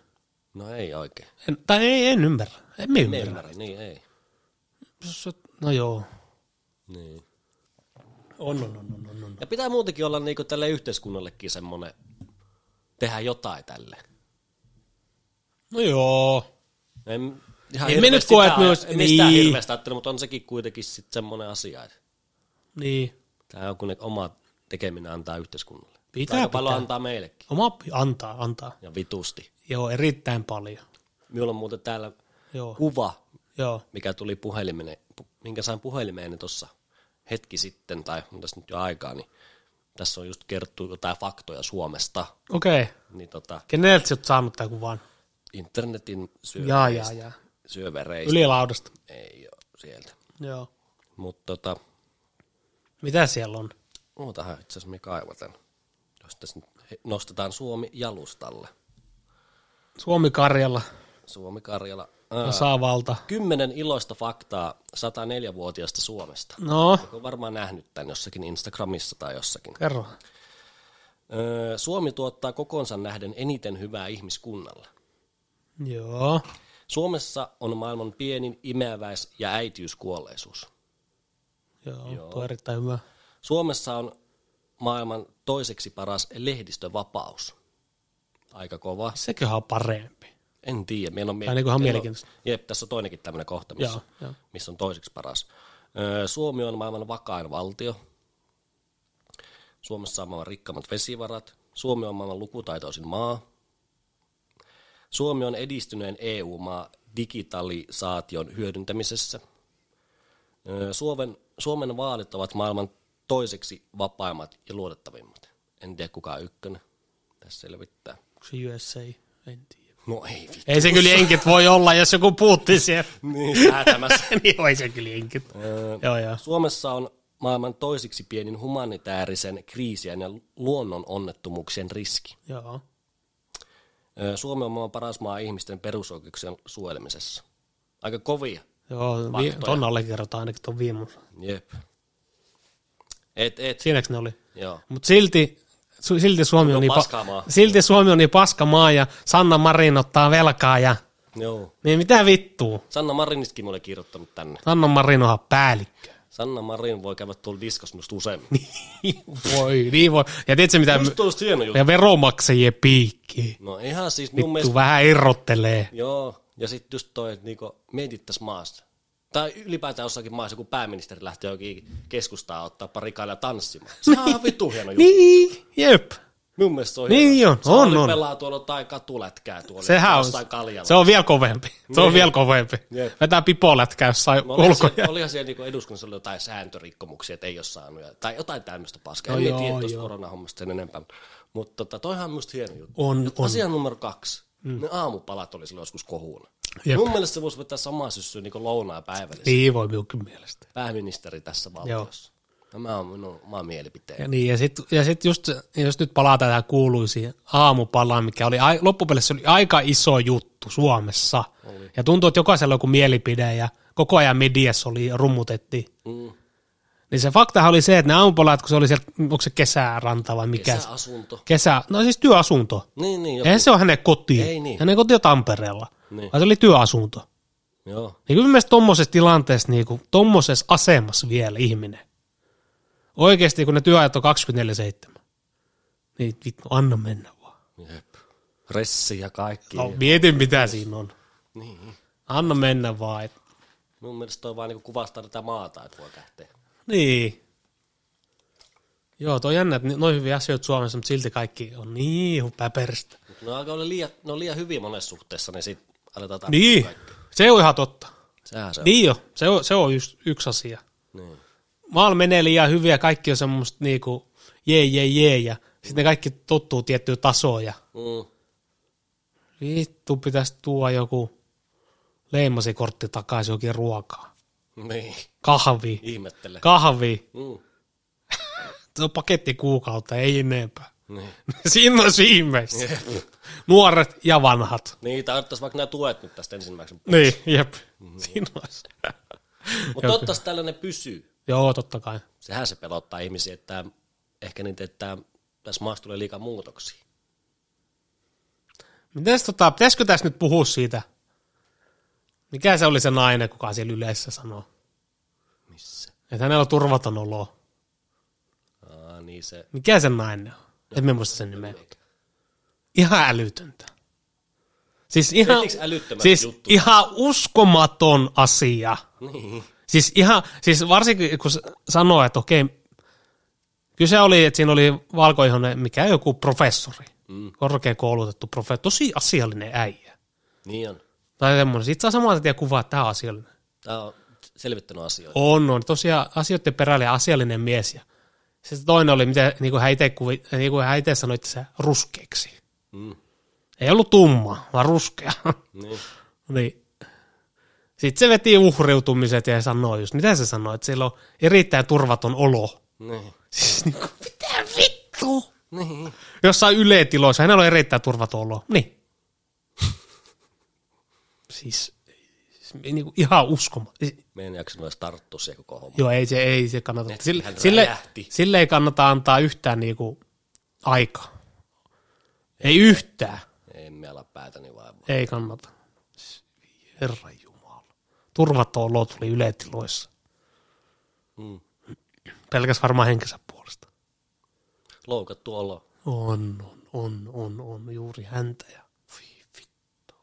No ei oikein.
En, tai ei, en ymmärrä. En mä
Ne
ymmärrä.
ymmärrä, niin ei.
No joo.
Niin.
On, on, on, on, on, on.
Ja pitää muutenkin olla niinku tälle yhteiskunnallekin semmoinen, tehdä jotain tälle.
No joo.
En, ihan
En mä nyt
hirveästi
koe,
sitä
että me
aj-
olis-
en mistään
niin.
niin. hirveästi ajattelut, mutta on sekin kuitenkin sitten semmoinen asia, että
Niin.
tämä on kun ne oma tekeminen antaa yhteiskunnalle.
Pitää,
Aika paljon
pitää.
antaa meillekin.
Oma antaa, antaa.
Ja vitusti.
Joo, erittäin paljon.
Minulla on muuten täällä
Joo,
kuva,
joo.
mikä tuli puhelimeen, pu- minkä sain puhelimeen tuossa hetki sitten, tai on tässä nyt jo aikaa, niin tässä on just kerrottu jotain faktoja Suomesta,
Okei. Okay.
niin tota,
Keneltä sä oot saanut tämän kuvan?
internetin syövereistä.
Jaa, jaa, jaa.
syövereistä.
Ylilaudasta.
Ei ole sieltä.
Joo.
Mutta tota,
Mitä siellä on?
Ootahan itse asiassa me kaivatan. Jos tässä nyt he- nostetaan Suomi jalustalle.
Suomi-Karjala,
Suomi Karjala. Ää,
tasaavalta.
Kymmenen iloista faktaa 104-vuotiaasta Suomesta.
No,
Olet varmaan nähnyt tämän jossakin Instagramissa tai jossakin.
kerro.
Öö, Suomi tuottaa kokonsa nähden eniten hyvää ihmiskunnalle.
Joo.
Suomessa on maailman pienin imeväis- ja äitiyskuolleisuus.
Joo, Joo. tuo on erittäin hyvä.
Suomessa on maailman toiseksi paras lehdistövapaus. Aika kova.
Seköhän on parempi.
En tiedä. Meillä on mie-
Tää on niinku ihan
meillä
mielenkiintoista.
Jep, tässä on toinenkin tämmöinen kohta, missä,
Joo, joo.
missä on toiseksi paras. Öö, Suomi on maailman vakain valtio. Suomessa on maailman rikkaimmat vesivarat. Suomi on maailman lukutaitoisin maa. Suomi on edistyneen EU-maa digitalisaation hyödyntämisessä. Öö, Suomen, Suomen vaalit ovat maailman toiseksi vapaimmat ja luotettavimmat. En tiedä kuka on ykkönen. Tässä selvittää.
Onko se USA? En tiedä.
No ei vittu.
Ei se kyllä jenkit voi olla, jos joku puutti siellä. [laughs]
Niin, säätämässä.
niin voi se kyllä jenkit. joo, joo.
Suomessa on maailman toisiksi pienin humanitaarisen kriisien ja luonnon onnettomuuksien riski.
Joo.
Ö, Suomi on maailman paras maa ihmisten perusoikeuksien suojelemisessa. Aika kovia.
Joo, vi- ton allekirjoitan ainakin ton viimus.
Jep. Et, et.
Siinäks ne oli?
Joo.
Mutta silti, su- silti, Suomi on niin
paskaa maa.
pa- silti Suomi on niin paska maa ja Sanna Marin ottaa velkaa ja
Joo.
niin mitä vittua?
Sanna Marinistakin mä olen kirjoittanut tänne.
Sanna Marin onhan päällikkö. [laughs]
Sanna Marin voi käydä tuolla diskossa musta useammin.
voi, niin voi. Ja tiedätkö mitä?
Musta olisi hieno juttu.
Ja veromaksajien piikki.
No ihan siis mun mielestä
Vittu vähän irrottelee.
Joo, ja sitten just toi, että niinku, mietit tässä maassa. Tai ylipäätään jossakin maassa, kun pääministeri lähtee jokin keskustaan ottaa pari kailia tanssimaan. Se on ihan vittu hieno juttu.
Niin, jep.
Mun mielestä se on
Niin
hieno.
on, on,
Sauli
on.
pelaa tuolla tai katulätkää tuolla.
Sehän on,
jossain kaljalla.
se on vielä kovempi. Se on vielä kovempi.
Niin. Jep.
Vetää pipolätkää jossain
No, olihan,
ulkoja.
siellä, olihan siellä niinku eduskunnassa oli jotain sääntörikkomuksia, että ei ole saanut. Ja, tai jotain tämmöistä paskaa.
No
No, en
joo,
joo, tiedä tuosta
joo.
koronahommasta sen enempää. Mutta tota, toihan on musta hieno juttu.
On, on.
Asia numero kaksi. Mm. Ne aamupalat oli silloin joskus kohuuna.
Jep.
Jep. Mun mielestä se voisi vetää samaa syssyä niin lounaa päivällä.
Niin voi minunkin mielestä.
pääministeri tässä valtiossa. No, Tämä on minun oma mielipiteeni.
Ja, niin, ja sitten ja sit just, jos nyt palataan tähän kuuluisiin aamupalaan, mikä oli ai- loppupeleissä oli aika iso juttu Suomessa. Oli. Ja tuntuu, että jokaisella on joku mielipide ja koko ajan mediassa oli, rummutettiin.
Mm.
Niin se faktahan oli se, että ne aamupalat, kun se oli siellä, onko se kesäranta vai mikä? se-
Kesäasunto.
Kesä, no siis työasunto.
Niin, niin. Joku.
Eihän se ole hänen kotiin.
Ei niin.
Hänen koti on Tampereella.
Niin.
Vaan se oli työasunto.
Joo.
Niin kyllä mielestäni tuommoisessa tilanteessa, niin kuin, tuommoisessa asemassa vielä ihminen. Oikeasti kun ne työajat on 24-7, niin vittu, anna mennä vaan.
Jep. Ressi ja kaikki.
No, mieti mitä siinä on.
Niin.
Anna mennä vaan. Et
Mun mielestä toi vaan niinku kuvastaa tätä maata, että voi lähteä.
Niin. Joo, toi on jännä, että ni- noin hyviä asioita Suomessa, mutta silti kaikki on niin päperistä.
Mut ne alkaa olla liian, ne on liian hyviä monessa suhteessa, niin sit aletaan tarttua
Niin,
kaikki.
se on ihan totta.
Sehän se on.
Niin jo, se on, se on just yksi asia.
Niin.
Maalla menee liian hyviä, kaikki on semmoista niinku jee, jee, jee, ja sitten ne kaikki tottuu tiettyä tasoa, ja
Mm.
vittu pitäisi tuoda joku leimasikortti takaisin jokin ruokaa.
Niin,
Kahvi,
ihmettele.
kahvi,
Mm.
se on paketti kuukautta, ei enempää. [laughs]
Niin.
Siinä on viimeis. Nuoret ja vanhat.
Niin, tai ottaisi vaikka nämä tuet nyt tästä ensimmäisenä.
Niin, jep. Siinä olisi.
Mutta toivottavasti tällainen pysyy.
Joo, totta kai.
Sehän se pelottaa ihmisiä, että ehkä niitä, että tässä maassa tulee liikaa muutoksia.
Mites, tota, pitäisikö tässä nyt puhua siitä? Mikä se oli se nainen, kuka siellä yleisessä sanoo?
Missä?
Että hänellä on turvaton olo.
Aa, niin se.
Mikä se nainen on? En mä muista sen nimeä. Ihan älytöntä. Siis ihan,
Teetinkö älyttömät
siis
jutut?
ihan uskomaton asia.
Niin.
Siis, ihan, siis varsinkin kun s- sanoo, että okei, kyse oli, että siinä oli valkoihonen, mikä joku professori, mm. korkeakoulutettu professori, tosi asiallinen äijä.
Niin on.
Tai semmoinen. Sitten saa samaa tietää kuvaa, että tämä on asiallinen.
Tämä on selvittänyt asioita.
On, on. Tosiaan asioiden perällä ja asiallinen mies. Ja sitten toinen oli, mitä niin kuin hän itse kuvi, niin kuin hän itse sanoi, että se ruskeaksi.
Mm.
Ei ollut tumma, vaan ruskea. [laughs]
Niin.
niin. Sitten se veti uhriutumiset ja sanoi just, mitä se sanoi, että sillä on erittäin turvaton olo. [laughs]
Niin.
Siis niin kuin, mitä vittu?
Niin.
Jossain yletiloissa, hänellä on erittäin turvaton olo. Niin. [laughs] siis, siis niin kuin ihan uskoma. Siis,
Mä en jaksanut edes tarttua siihen koko hommaan.
Joo, ei se, ei se kannata.
Nettihän
Sille, sille,
räjähti.
sille ei kannata antaa yhtään niinku aikaa. Ei yhtään.
En mä ala niin päätäni vaivaa.
Ei kannata. Herra Jumala. Turvaton olo tuli yletiloissa.
Mm.
Pelkäs varmaan henkensä puolesta.
Loukattu olo.
On, on, on, on, on. Juuri häntä ja voi vittu.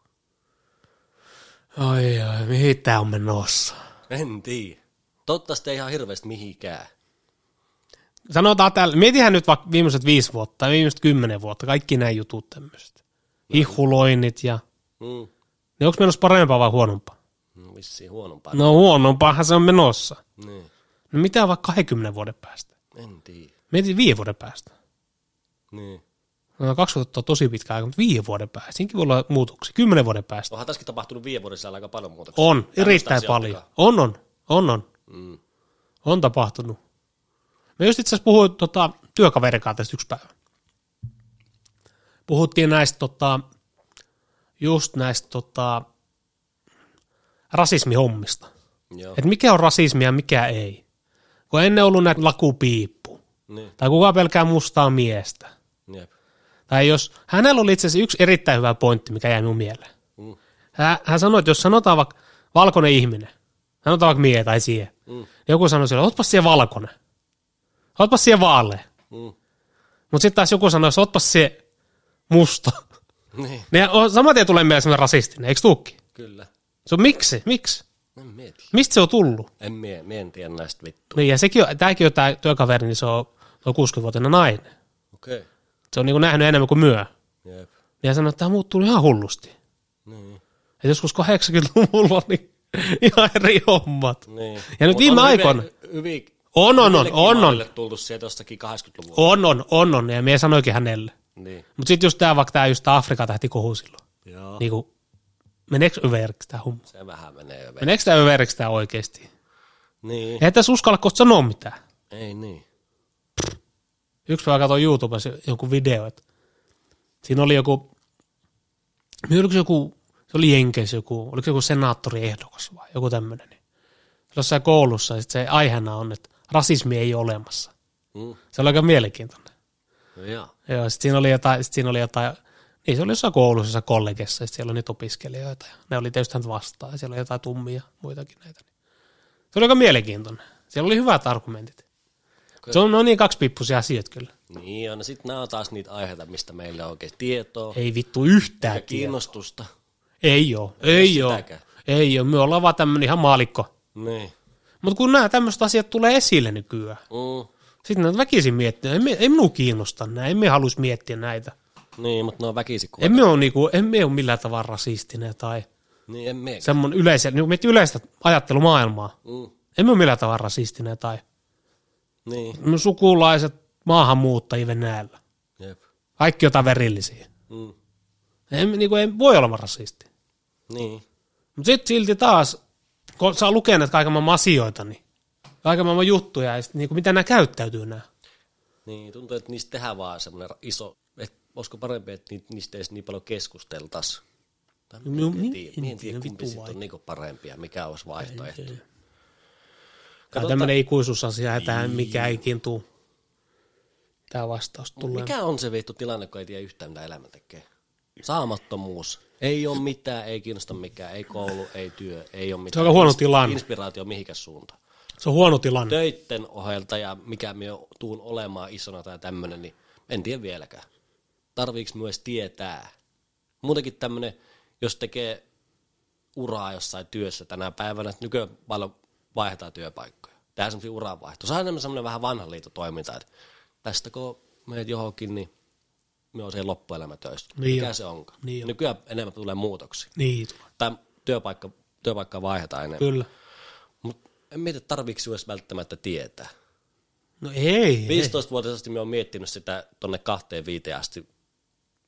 Ai ai, mihin tää on menossa?
En tiedä. Toivottavasti ei ihan hirveästi mihinkään.
sanotaan täällä, mietihän nyt vaikka viimeiset viisi vuotta tai viimeiset kymmenen vuotta, kaikki nämä jutut tämmöiset. Hihuloinnit ja,
Mm.
niin onko menossa parempaa vai huonompaa?
No Vissiin huonompaa.
No huonompaahan se on menossa.
Niin.
No mitä vaikka 20 vuoden päästä?
En tiedä.
Mieti viiden vuoden päästä.
Niin.
No 20 on tosi pitkä aika, mutta viiden vuoden päästä. Siinäkin voi olla muutoksia. Kymmenen vuoden päästä.
Onhan tässäkin tapahtunut viiden vuoden sisällä aika paljon muutoksia.
On,
Tämmöistä
erittäin
asiaa
paljon.
pikaa.
On, on, on, on.
Mm.
On tapahtunut. Me just itse asiassa puhuin tota, työkaverikaan tästä yksi päivä. Puhuttiin näistä, tota, just näistä tota, rasismihommista.
Joo.
Että mikä on rasismia ja mikä ei. Kun ennen ollut näitä lakupiippu.
Niin.
Tai kuka pelkää mustaa miestä.
Jep.
Tai jos, hänellä oli itse asiassa yksi erittäin hyvä pointti, mikä jäi minun mieleen.
Mm.
Hän, hän sanoi, että jos sanotaan vaikka valkoinen ihminen, sanotaan vaikka mie tai siihen, mm. niin joku sanoi sille, ootpas siihen valkoinen, ootpas siihen vaalea.
Mm.
Mutta sitten taas joku sanoi, ootpas siihen musta. [laughs]
Niin.
Niin on- saman tien tulee mieleen semmoinen rasistinen, eikö tuukki?
Kyllä.
Se on miksi, miksi?
En mieti.
Mistä se on tullut?
En mie, mie en tiedä näistä vittu.
Niin ja sekin on, tämäkin on tämä työkaveri, niin se on, se on 60-vuotiaana nainen.
Okei. Okay.
Se on niinku nähnyt enemmän kuin myö.
Jep.
Ja hän sanoi, että tämä muuttuu ihan hullusti.
Niin.
Et joskus 80-luvulla niin ihan eri hommat.
niin.
Ja nyt
Mut
viime
on hyviä-
aikoina-
Hyviä,
On, on, on,
hyvillekin
on, on.
maalille tultu sieltä jostakin 80-luvulla.
On, on, on, on, ja mie sanoikin hänelle.
Niin.
Mutta sitten just tämä, vaikka tämä just tää Afrikan tähti kohu silloin.
Joo. Niin.
Niinku, meneekö överiksi tämä homma?
Se vähän menee jo.
Meneekö tämä överiksi tämä oikeasti?
Niin.
Eihän tässä uskalla kohta sanoa mitään.
Ei niin.
Yksi päivä katsoin YouTubessa joku video, että siinä oli joku, niin oliko se joku, se oli Jenkeissä joku, oliko se joku senaattoriehdokas vai joku tämmöinen. Niin. Jossain koulussa ja sit se aiheena on, että rasismi ei ole olemassa.
Mm.
Se oli aika mielenkiintoinen.
No joo.
Joo, sitten siinä oli jotain, sit siinä oli jotain, niin se oli jossain koulussa, jossain kollegessa, ja sit siellä oli niitä opiskelijoita, ja ne oli tietysti häntä vastaan, ja siellä oli jotain tummia, muitakin näitä. niin. Se oli aika mielenkiintoinen. Siellä oli hyvät argumentit. Se on, no niin kaksipippuisia asioita kyllä.
Niin on. Sitten nämä on taas niitä aiheita, mistä meillä on oikein tietoa
Ei vittu
ja
yhtään kiinno.
kiinnostusta.
Ei oo, ei oo,
sitäkään.
ei oo. Me ollaan vaan tämmönen ihan maalikko,
Niin.
Mutta kun nämä tämmöiset asiat tulee esille nykyään,
Mm. sitten
sitten ne väkisin miettii, ei, me- ei minua kiinnosta näin, en me halus miettiä näitä.
Niin, mutta ne on väkisikuvia.
Emme ole, niinku, emme ole millään tavalla rasistinen tai
Niin, en mene.
semmoinen yleisen, niinku miettii yleistä ajattelumaailmaa.
Mm.
Emme ole millään tavalla rasistinen tai
Niin,
mun sukulaiset maahanmuuttajia Venäjällä.
jep.
Kaikki jotain verillisiä.
Mm.
En, niinku, en voi olla rasisti.
Niin,
Mutta sitten silti taas, kun saa lukeneet kaiken maailman asioita, niin kaiken maailman juttuja, ja sit, niinku, miten nämä käyttäytyy nämä.
niin, tuntuu, että niistä tehdään vaan semmoinen ra- iso, että olisiko parempi, että niitä, niistä ei edes niin paljon keskusteltaisi. Tai mä
No,
en oikein
niin,
tiedä,
en
Mä
tiedä,
en tiedä,
vittu
kumpi siitä
vaikea.
on niinku parempi ja mikä olisi vaihtoehto.
Tämä tämmöinen ikuisuusasia, että tähän mikä ikin tuu. Tämä vastaus tulee. Mikä?
Mikä on se vittu tilanne, kun ei tiedä yhtään, mitä elämä tekee? Saamattomuus. Ei ole mitään, ei kiinnosta mikään, ei koulu, ei työ, ei ole mitään.
aika huono
Ins-
tilanne.
Inspiraatio mihinkä suuntaan.
Se on huono tilanne.
Töitten ohjelta ja mikä me tuun olemaan isona tai tämmöinen, niin en tiedä vieläkään. Tarviiks myös tietää? Muutenkin tämmöinen, jos tekee uraa jossain työssä tänä päivänä, että nykyään paljon vaihdetaan työpaikkoja. Tehdään semmoisia uranvaihtoja. Se on enemmän semmoinen vähän vanhan liiton toiminta, että tästä kun menet johonkin, niin me on siihen loppuelämä töissä.
Niin
Mikä
on.
se onkaan?
Niin on.
nykyään enemmän tulee muutoksia.
Niin,
Tai työpaikka, työpaikkaa vaihdetaan enemmän.
kyllä.
Mutta en mieti, tarviiko edes välttämättä tietää.
No ei. ei.
15-vuotiaasti me on miettinyt sitä tonne kahteen viiteen asti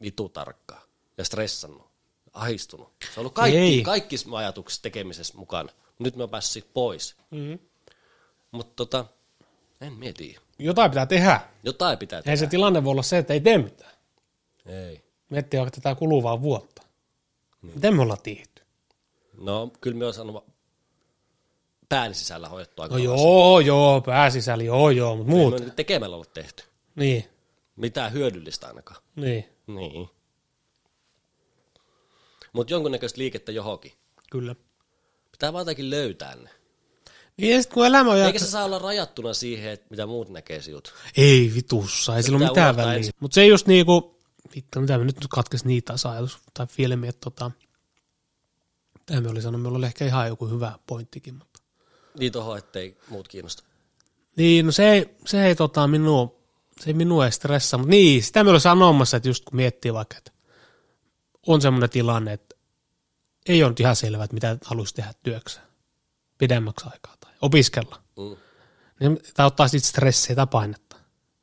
vitu tarkkaan ja stressannut, ahistunut. Se on ollut
Ei.
kaikki, kaikki mun ajatuksissa tekemisessä mukana. Nyt mä oon päässyt siitä pois.
Mm.
Mutta tota, en mieti.
Jotain pitää tehdä.
Jotain pitää tehdä.
Ei se tilanne voi olla se, että ei tee mitään.
Ei.
Miettii vaikka tätä kuluvaa vuotta. Niin. Miten me ollaan tehty?
No, kyllä me on saanut pään sisällä hoidettua aika
No
paljon
joo, joo, pääsisäli, joo, joo, mutta
asioita.
muut.
Ei me ole tekemällä ole tehty.
Niin,
Mitään hyödyllistä ainakaan.
niin,
Niin. Mutta jonkunnäköistä liikettä johonkin.
kyllä.
Pitää vaan jotakin löytää ne.
Niin ja sitten kun elämä on...
Eikä se saa olla rajattuna siihen, että mitä muut näkee sinut.
Ei vitussa, ei sillä ole
pitää
mitään
unohtaa
väliä.
ensin.
Mutta se just niinku, vittu mitä me nyt katkes niitä taas ajatus tai filmi, että tota, tämä me oli sanonut, meillä oli ehkä ihan joku hyvä pointtikin, mutta.
Niin tohon, ettei muut kiinnosta.
Niin, no se ei, se ei tota minua, se ei minua ei stressaa, mutta niin, sitä me oli sanomassa, että just kun miettii vaikka, että on semmoinen tilanne, että ei ole nyt ihan selvää, että mitä haluaisi tehdä työkseen pidemmäksi aikaa tai opiskella.
Mm.
Niin tämä ottaa sitten stressiä tai painetta.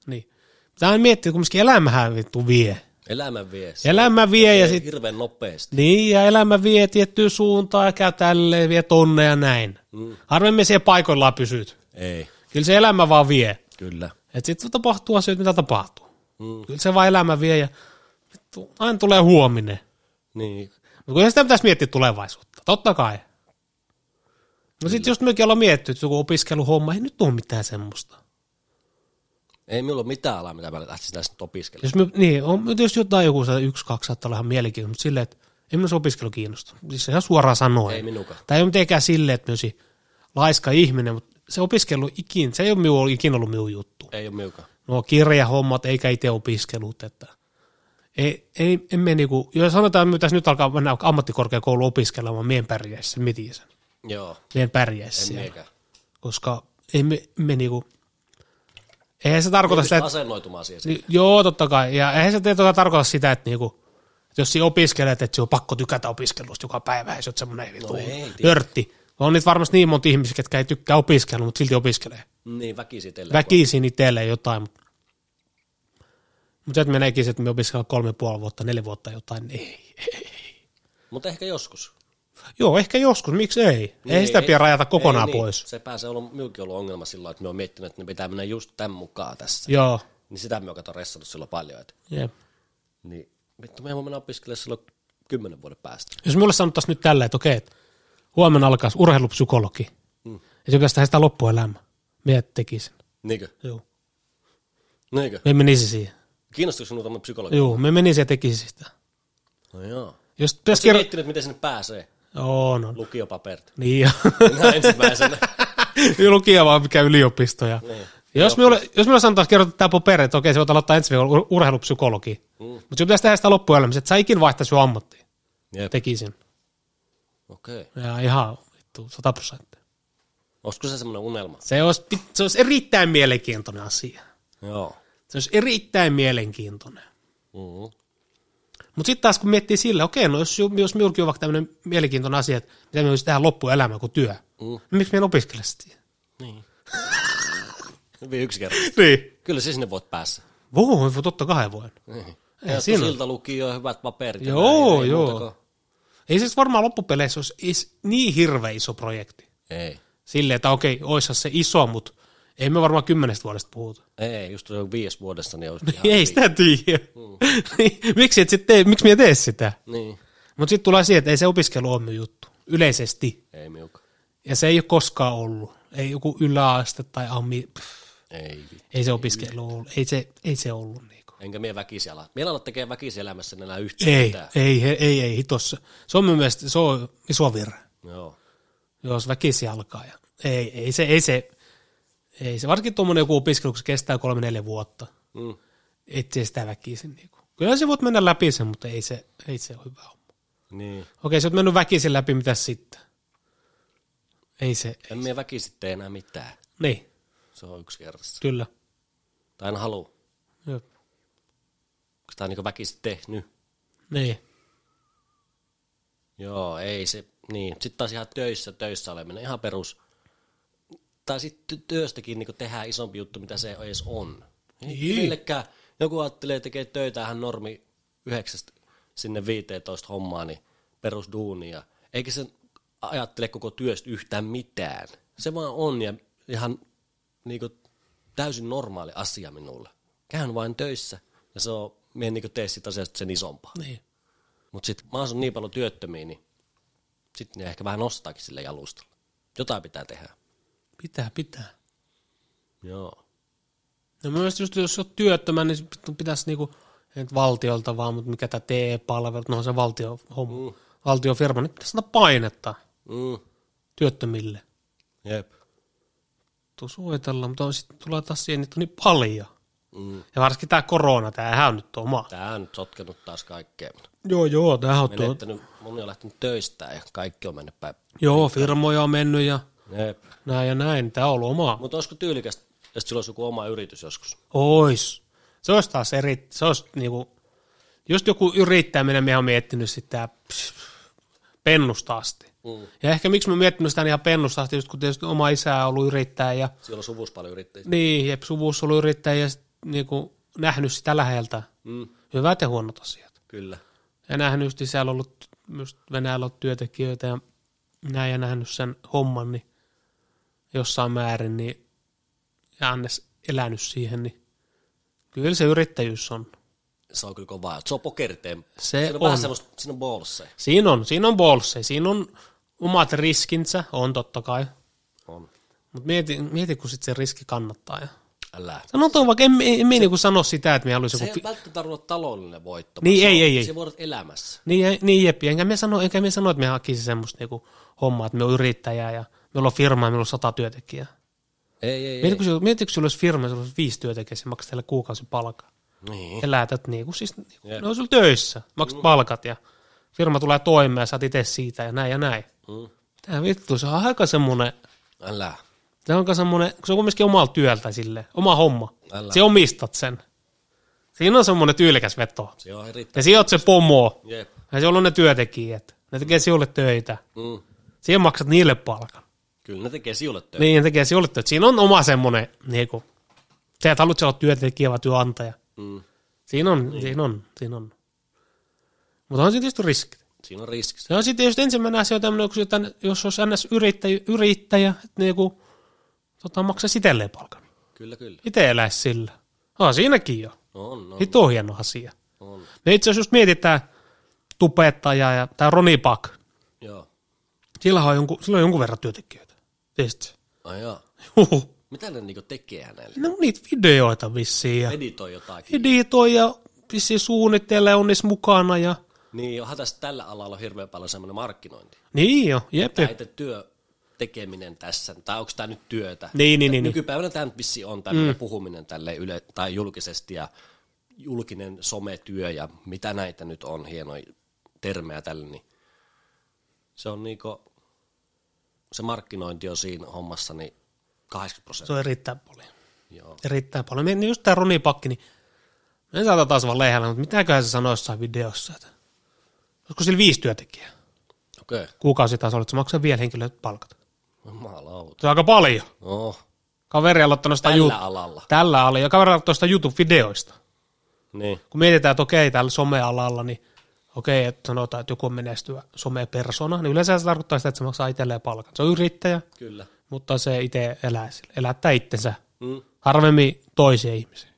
Niin. Tämä miettii, että kumminkin elämähän vittu vie.
Elämän vie. Se
Elämä vie ja
vie
sitten,
Hirveän nopeasti.
niin ja elämä vie tiettyyn suuntaan ja käy tälleen, vie tonne ja näin.
Mm.
Harvemmin siellä paikoillaan pysyt.
Ei,
Kyllä se elämä vaan vie.
kyllä.
Et sitten tapahtuu asioita, mitä tapahtuu.
Mm.
Kyllä se vaan elämä vie ja vittu, aina tulee huominen.
Niin.
Mutta kyllä sitä pitäisi miettiä tulevaisuutta, totta kai. No sitten just mekin ollaan miettinyt, että joku opiskeluhomma, ei nyt ole mitään semmoista.
Ei minulla ole mitään alaa, mitä mä lähtisin tässä nyt opiskelemaan.
Jos me, niin, on tietysti jotain joku se yksi, kaksi saattaa olla ihan mielenkiintoista, mutta silleen, että ei minun se opiskelu kiinnosta. Siis ihan suoraan sanoen.
Ei minukaan.
Tämä ei ole mitenkään silleen, että myös laiska ihminen, mutta se opiskelu ikin, se ei ole minun, ikin ollut minun juttu.
Ei ole miukaan.
Nuo kirjahommat eikä itse opiskelut, että ei, ei, emme niinku, jos sanotaan, että tässä nyt alkaa mennä ammattikorkeakoulu opiskelemaan, mien pärjäisi sen, mietin sen,
Joo,
mien pärjäisi
en
siellä.
miekään.
koska ei me, me niinku, eihän se tarkoita sitä,
Pysty
että Niin-
asennoitumaan siihen.
Ni- Joo, totta kai. Ja eihän se tietenkään tarkoita sitä, että niinku, että jos sinä opiskelet, että sinun on pakko tykätä opiskelusta joka päivä, ja sinä olet semmoinen vittu
No ei tietysti.
nörtti. On niitä varmasti niin monta ihmisiä, ketkä ei tykkää opiskella, mutta silti opiskelee.
Niin, väkisin teille.
Väkisin itselleen jotain, mutta mutta että meneekin se, että me opiskellaan kolme ja puoli vuotta, neljä vuotta jotain, niin ei.
Mutta ehkä joskus.
Joo, ehkä joskus, miksi ei? Niin, ei sitä pidä rajata kokonaan
ei,
pois.
Niin. Se pääsee olla, minullakin ollut ongelma silloin, että me on miettinyt, että ne pitää mennä just tämän mukaan tässä.
Niin. Joo,
Niin sitä me on kato ressannut silloin paljon, että
jep.
Niin. Vittu, me mennä opiskelemaan silloin kymmenen vuoden päästä.
Jos minulle sanottaisiin nyt tällä, että okei, että huomenna alkaa urheilupsykologi, mm.
Mm.
ja se pitäisi tehdä sitä loppuelämää, minä tekisin.
Niinkö?
Joo.
Niinkö?
Me menisi siihen.
Kiinnostuiko sinua tämmöinen psykologi?
Joo, me menisi ja tekisi sitä.
No joo.
Jos pitäisi
Sä
kerran...
miettinyt, miten sinne pääsee?
Joo, no.
Lukiopaperit.
Niin jo. [laughs]
Ihan ensimmäisenä.
Lukija vaan mikä yliopisto. Ja.
Niin.
Jos minulle, jos minulle sanotaan kerrota tämä paperi, että okei, se voit aloittaa ensi viikolla ur- urheilupsykologi. Mm. Mutta sinun pitäisi tehdä sitä loppuelämässä, että sä ikin vaihtaa sinun ammattiin.
Jep.
Tekisin.
Okei. Okay.
Ja ihan vittu, 100 prosenttia.
Olisiko se semmoinen unelma?
Se olisi, pit- se olisi erittäin mielenkiintoinen asia.
Joo.
Se olisi erittäin mielenkiintoinen.
Mm-hmm.
Mutta sitten taas kun miettii sille, okei, no jos, ju- jos minullakin on vaikka tämmöinen mielenkiintoinen asia, että mitä me voisi tehdä loppuelämää kuin työ, mm. niin miksi meidän opiskele sitä?
Niin. Hyvin yksinkertaisesti.
Niin.
Kyllä se sinne voit päässä.
Voi, voi, totta kai voin.
Niin.
Ei
Ei
siinä-
siltä lukio ja hyvät paperit. ja
Joo,
näin, ei
joo.
muuta kuin-
Ei siis varmaan loppupeleissä olisi is, niin hirveä iso projekti.
Ei.
Silleen, että okei, oissa se iso, mutta ei me varmaan kymmenestä vuodesta puhuta.
Ei, just se viisi vuodessa, niin olisi ihan
ei sitä tiedä. Mm. [laughs] miksi, et sit tee, miksi minä tee sitä?
Niin.
Mutta sitten tulee siihen, että ei se opiskelu ole minun juttu. Yleisesti.
Ei miukka.
Ja se ei ole koskaan ollut. Ei joku yläaste tai ammi. Pff,
Ei.
ei se opiskelu ollut. Ei se, ei se ollut. Niinku.
Enkä mie väkisiä ala. Mie ala tekee väkiselämässä enää yhtään
Ei,
mitään.
ei, ei, ei, ei hitossa. Se on mun mielestä se on iso virhe,
Joo.
jos väkisi alkaa. Ja ei, ei se, ei se, ei se. Varsinkin tuommoinen joku opiskelu, kun se kestää kolme, neljä vuotta.
Mm.
Et se sitä väkisin. Niinku. Kyllä se voit mennä läpi sen, mutta ei se, ei se ole hyvä homma.
Niin.
Okei, sä oot mennyt väkisin läpi, mitä sitten? Ei se,
En mie väkisin tee enää mitään.
niin,
Se on yksi kerrassa.
kyllä.
Tai en halua. Onko
Jep.
tää niinku väkisin tehnyt?
Niin.
Joo, ei se, niin. Sitten taas ihan töissä, töissä oleminen, ihan perus. Tai sitten työstäkin niin tehdään isompi juttu, mitä se edes on.
Niin.
Kenellekään, joku ajattelee, että tekee töitä ihan normi 9 sinne 15 hommaa, niin perusduunia. Eikä se ajattele koko työstä yhtään mitään. Se vaan on ja ihan niin kuin, täysin normaali asia minulle. Käyn vain töissä ja se on, me en niin tee sitä asiasta sen isompaa.
Niin.
Mutta sitten maassa on niin paljon työttömiä, niin sitten ne ehkä vähän nostaakin sille jalustalla. Jotain pitää tehdä.
Pitää, pitää.
Joo.
No mun mielestä just, jos oot työttömän, niin sit pitäisi niinku, ei nyt valtiolta vaan, mutta mikä tämä TE-palvelu, no se valtio, homma, mm. valtiofirma, niin pitäisi antaa painetta
Mm.
työttömille.
Jep.
Tuu suojatella, mutta sitten tulee taas siihen, että on niin paljon.
Mm.
Ja varsinkin tämä korona, tämähän on nyt oma.
Tämä on nyt sotkenut taas kaikkea.
Joo, joo, tämähän on tuo.
Menettänyt, moni on lähtenyt töistä ja kaikki on mennyt päin.
Joo, firmoja on mennyt ja
Jep.
näin ja näin. Tämä on ollut oma.
Mutta olisiko tyylikästä, jos sillä olisi joku oma yritys joskus?
Ois. Se olisi taas eri, se olisi niinku, just joku yrittäminen, mä oon miettinyt sitä pss, pennusta asti.
Mm.
Ja ehkä miksi mä oon miettinyt sitä ihan pennusta asti, just kun tietysti oma isä on ollut yrittäjä ja
Siellä on suvussa paljon yrittäjiä.
niin, ja suvussa ollut yrittäjä ja sit, niinku, nähnyt sitä läheltä.
Mm.
Hyvät ja huonot asiat.
Kyllä.
Ja nähnyt just niin siellä ollut, myös Venäjällä ollut työntekijöitä ja näin ja nähnyt sen homman, niin jossain määrin, niin ja annes elänyt siihen, niin kyllä se yrittäjyys on.
Se on kyllä kovaa. Se on pokeritemppu.
Se
siinä on,
on.
vähän semmoista, siinä on bolse.
Siinä on, siinä on bolse, siinä on omat riskinsä, on totta kai.
On.
Mutta mieti, mieti, kun sit se riski kannattaa. Ja.
Älä.
Sanotaan vaikka, en, en, en se, niinku sano sitä, että me haluaisi
Se ei
joku... Fi-
välttämättä tarvitse olla taloudellinen voitto.
Niin,
vaan se
ei,
on-
ei, ei.
Se voi olla elämässä.
niin, ei- niin jeppi, enkä me sano, enkä me sano että me hakisi semmoista niinku hommaa, että me on yrittäjää ja meillä on firma ja meillä on sata työntekijää.
Ei, ei, ei.
Mieti, kun, sulla- mieti, kun sulla olisi firma, sulla olisi viisi työntekijää, se maksat teille kuukausi palkkaa.
Niin.
Elätät niinku, siis, niinku,
Jep.
ne on sulla töissä, maksat palkat ja firma tulee toimeen ja saat itse siitä ja näin ja näin.
Mm.
Tämä vittu, se on aika semmoinen
Älä.
Se on semmoinen, se on kumminkin omalla työltä sille, oma homma.
Älä.
Älä. Se omistat sen. Siinä on semmoinen tyylikäs veto.
Se on erittäin.
Ja siinä oot se pomo.
Jep.
Ja siellä on ne työntekijät. Ne tekee sinulle töitä.
Mm.
Siihen maksat niille palkan.
Kyllä ne tekee siulle töitä.
Niin, ne tekee sinulle töitä. Siinä on oma semmoinen, niin kuin, se, että haluat sä olla työntekijä vai työnantaja.
Mm.
Siinä on, niin. siinä on, siinä on. Mutta on siinä tietysti riskit.
Siinä on riski.
Se on sitten just ensimmäinen asia tämmöinen, kun jotain, jos olisi ns. yrittäjä, yrittäjä että niinku, tota, maksaa itselleen palkan.
Kyllä, kyllä.
Itse eläisi sillä. Ah, siinäkin jo.
No on, no
Hito hieno asia.
on.
Me itse asiassa just mietitään tupettaja ja tämä Roni Pak.
Joo.
Sillä on, jonkun, sillä on jonkun verran työntekijöitä. Tiedätkö?
Ai joo.
Huhu.
Mitä ne niinku tekee hänelle?
Ne on niitä videoita vissiin ja
Editoi jotakin.
editoi ja vissiin suunnittelee on niissä mukana ja
Niin, onhan tässä tällä alalla hirveän paljon semmoinen markkinointi.
niin jo, jep.
Tämä itse työ tekeminen tässä, tai onko tämä nyt työtä?
Niin, niin, niin, niin.
Nykypäivänä tämä nyt vissi on tämmöinen mm. puhuminen tälle yle, tai julkisesti ja julkinen sometyö ja mitä näitä nyt on, hienoja termejä tälle, niin se on niinku, se markkinointi on siinä hommassa niin 80
Se
prosenttia.
on erittäin paljon.
Joo.
Erittäin paljon. Mietin just tämä Roni Pakki, niin mä en saata taas vaan lehdellä, mutta mitäköhän se sanoi jossain videossa, että olisiko sillä viisi työntekijää
Okei. Okay.
kuukausitasolla, että se maksaa vielä henkilöt palkat.
Jumalauta.
Se on aika paljon.
No,
Kaveri aloittanut sitä
tällä
jut-
alalla.
tällä alalla, ja kaveri aloittanut sitä YouTube-videoista.
Niin.
Kun mietitään, että okei, tällä somealalla, niin okei, että sanotaan, että joku on menestyvä somepersona, niin yleensä se tarkoittaa sitä, että se maksaa itselleen palkan. Se on yrittäjä,
Kyllä.
mutta se itse elää, sillä- elättää itsensä
Mm.
harvemmin toisia ihmisiä.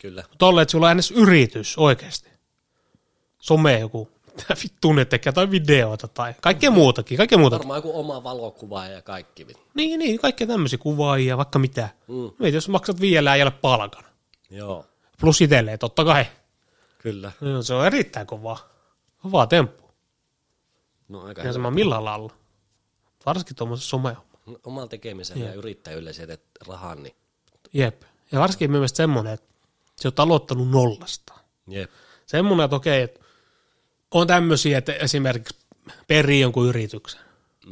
Kyllä.
Mutta olleet, että sulla on edes yritys oikeasti. Some joku, [laughs] mitä vittu ne tekee, tai videoita tai kaikkea muutakin, kaikkea muutakin.
Varmaan joku oma valokuva ja kaikki. vit-
Niin, niin, kaikkea tämmöisiä kuvaajia, vaikka mitä.
Mm.
Mieti, jos maksat vielä ei ole palkan.
Joo.
Plus itselleen, totta kai.
Kyllä.
No, Se on erittäin kova, kova temppu.
No aika
Ja
hyvä.
sama millään lailla. Varsinkin tuommoisessa somehomma.
Omalla tekemisellä ja yrittäjyydellä se teet rahan, niin
Jep. Ja varsinkin myös semmoinen, että se on aloittanut nollasta.
jep.
Semmoinen, että okei, että on tämmöisiä, että esimerkiksi perii jonkun yrityksen.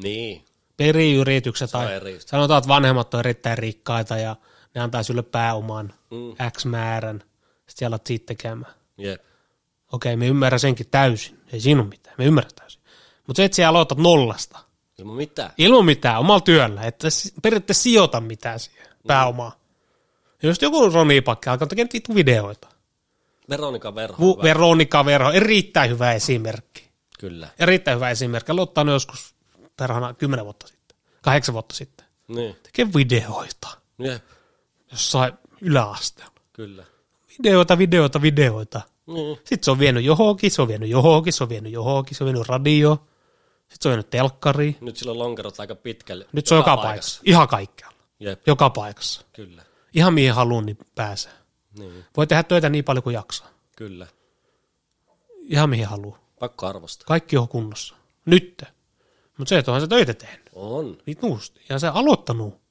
Niin.
perii yrityksen
on
tai
eri.
sanotaan, että vanhemmat on erittäin rikkaita ja ne antaa sille pääoman
Mm.
mm. X määrän, sitten siellä alat siitä tekemään.
Jep.
Okei, me ymmärrän senkin täysin, ei siinä ole mitään, me ymmärrän täysin. Mutta se, että sä aloitat nollasta,
Ilman mitään.
ilman mitään, omalla työllä, että si- periaatteessa sijoita mitään siihen
Mm.
pääomaan. Ja Jos joku Ronipakki alkaa tekemään vittu videoita.
Veronika Verho.
Vu-
hyvä.
Veronika Verho, erittäin hyvä esimerkki.
Kyllä.
Erittäin hyvä esimerkki. Aloittanut joskus perhana 10 vuotta sitten, kahdeksan vuotta sitten.
Niin.
Tekee videoita.
Jep.
jossain yläasteella.
Kyllä.
Videoita, videoita, videoita.
Niin.
Sitten se on vienyt johonkin, se on vienyt johonkin, se on vienyt johonkin, se on vienyt radio, sitten se on vienyt telkkariin.
Nyt sillä on lonkerot aika pitkälle.
Nyt se on joka, paikassa. Ihan kaikkialla.
Jep.
Joka paikassa.
Kyllä.
Ihan mihin haluun, niin pääsee.
Niin.
Voi tehdä töitä niin paljon kuin jaksaa.
Kyllä.
Ihan mihin haluaa.
Pakko arvostaa.
Kaikki on kunnossa. Nyt. Mutta se, että onhan se töitä tehnyt.
On.
Vituusti. Ja se aloittanut.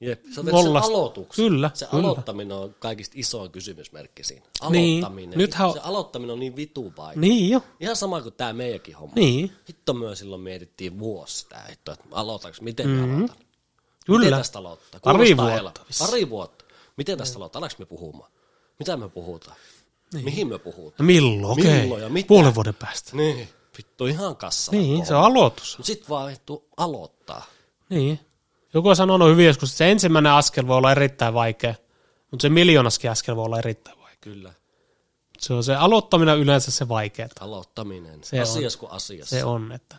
Jep. Sä teet sen
Nollasta.
aloituksen.
Kyllä,
Se
kyllä.
aloittaminen on kaikista isoin kysymysmerkki siinä.
Niin.
Aloittaminen.
Nythän on-
Se aloittaminen on niin vitupaikka.
Niin jo.
Ihan sama kuin tämä meidänkin homma.
Niin.
Hitto myös silloin mietittiin vuosi sitä, että että aloitanko, miten mm-hmm. me aloitan. Miten
Kyllä.
tästä aloittaa?
Pari
Kuulostaa
vuotta
helppo.
vissiin.
Pari vuotta. Miten tästä aloittaa? Aleks me puhumaan? Mitä me puhutaan? Niin. Mihin me puhutaan?
Milloin? Okei.
Milloin ja mitä?
Puolen vuoden päästä.
Niin. Vittu ihan kassa.
Niin, se on aloitus.
Mut sit vaan vittu aloittaa.
Niin. Joku on sanonut hyvin joskus, että se ensimmäinen askel voi olla erittäin vaikea, mutta se miljoonaskin askel voi olla erittäin vaikea.
Kyllä.
Se on se aloittaminen on yleensä se vaikeaa.
Aloittaminen.
Se
Se
on.
Asias kuin asiassa.
Se on, että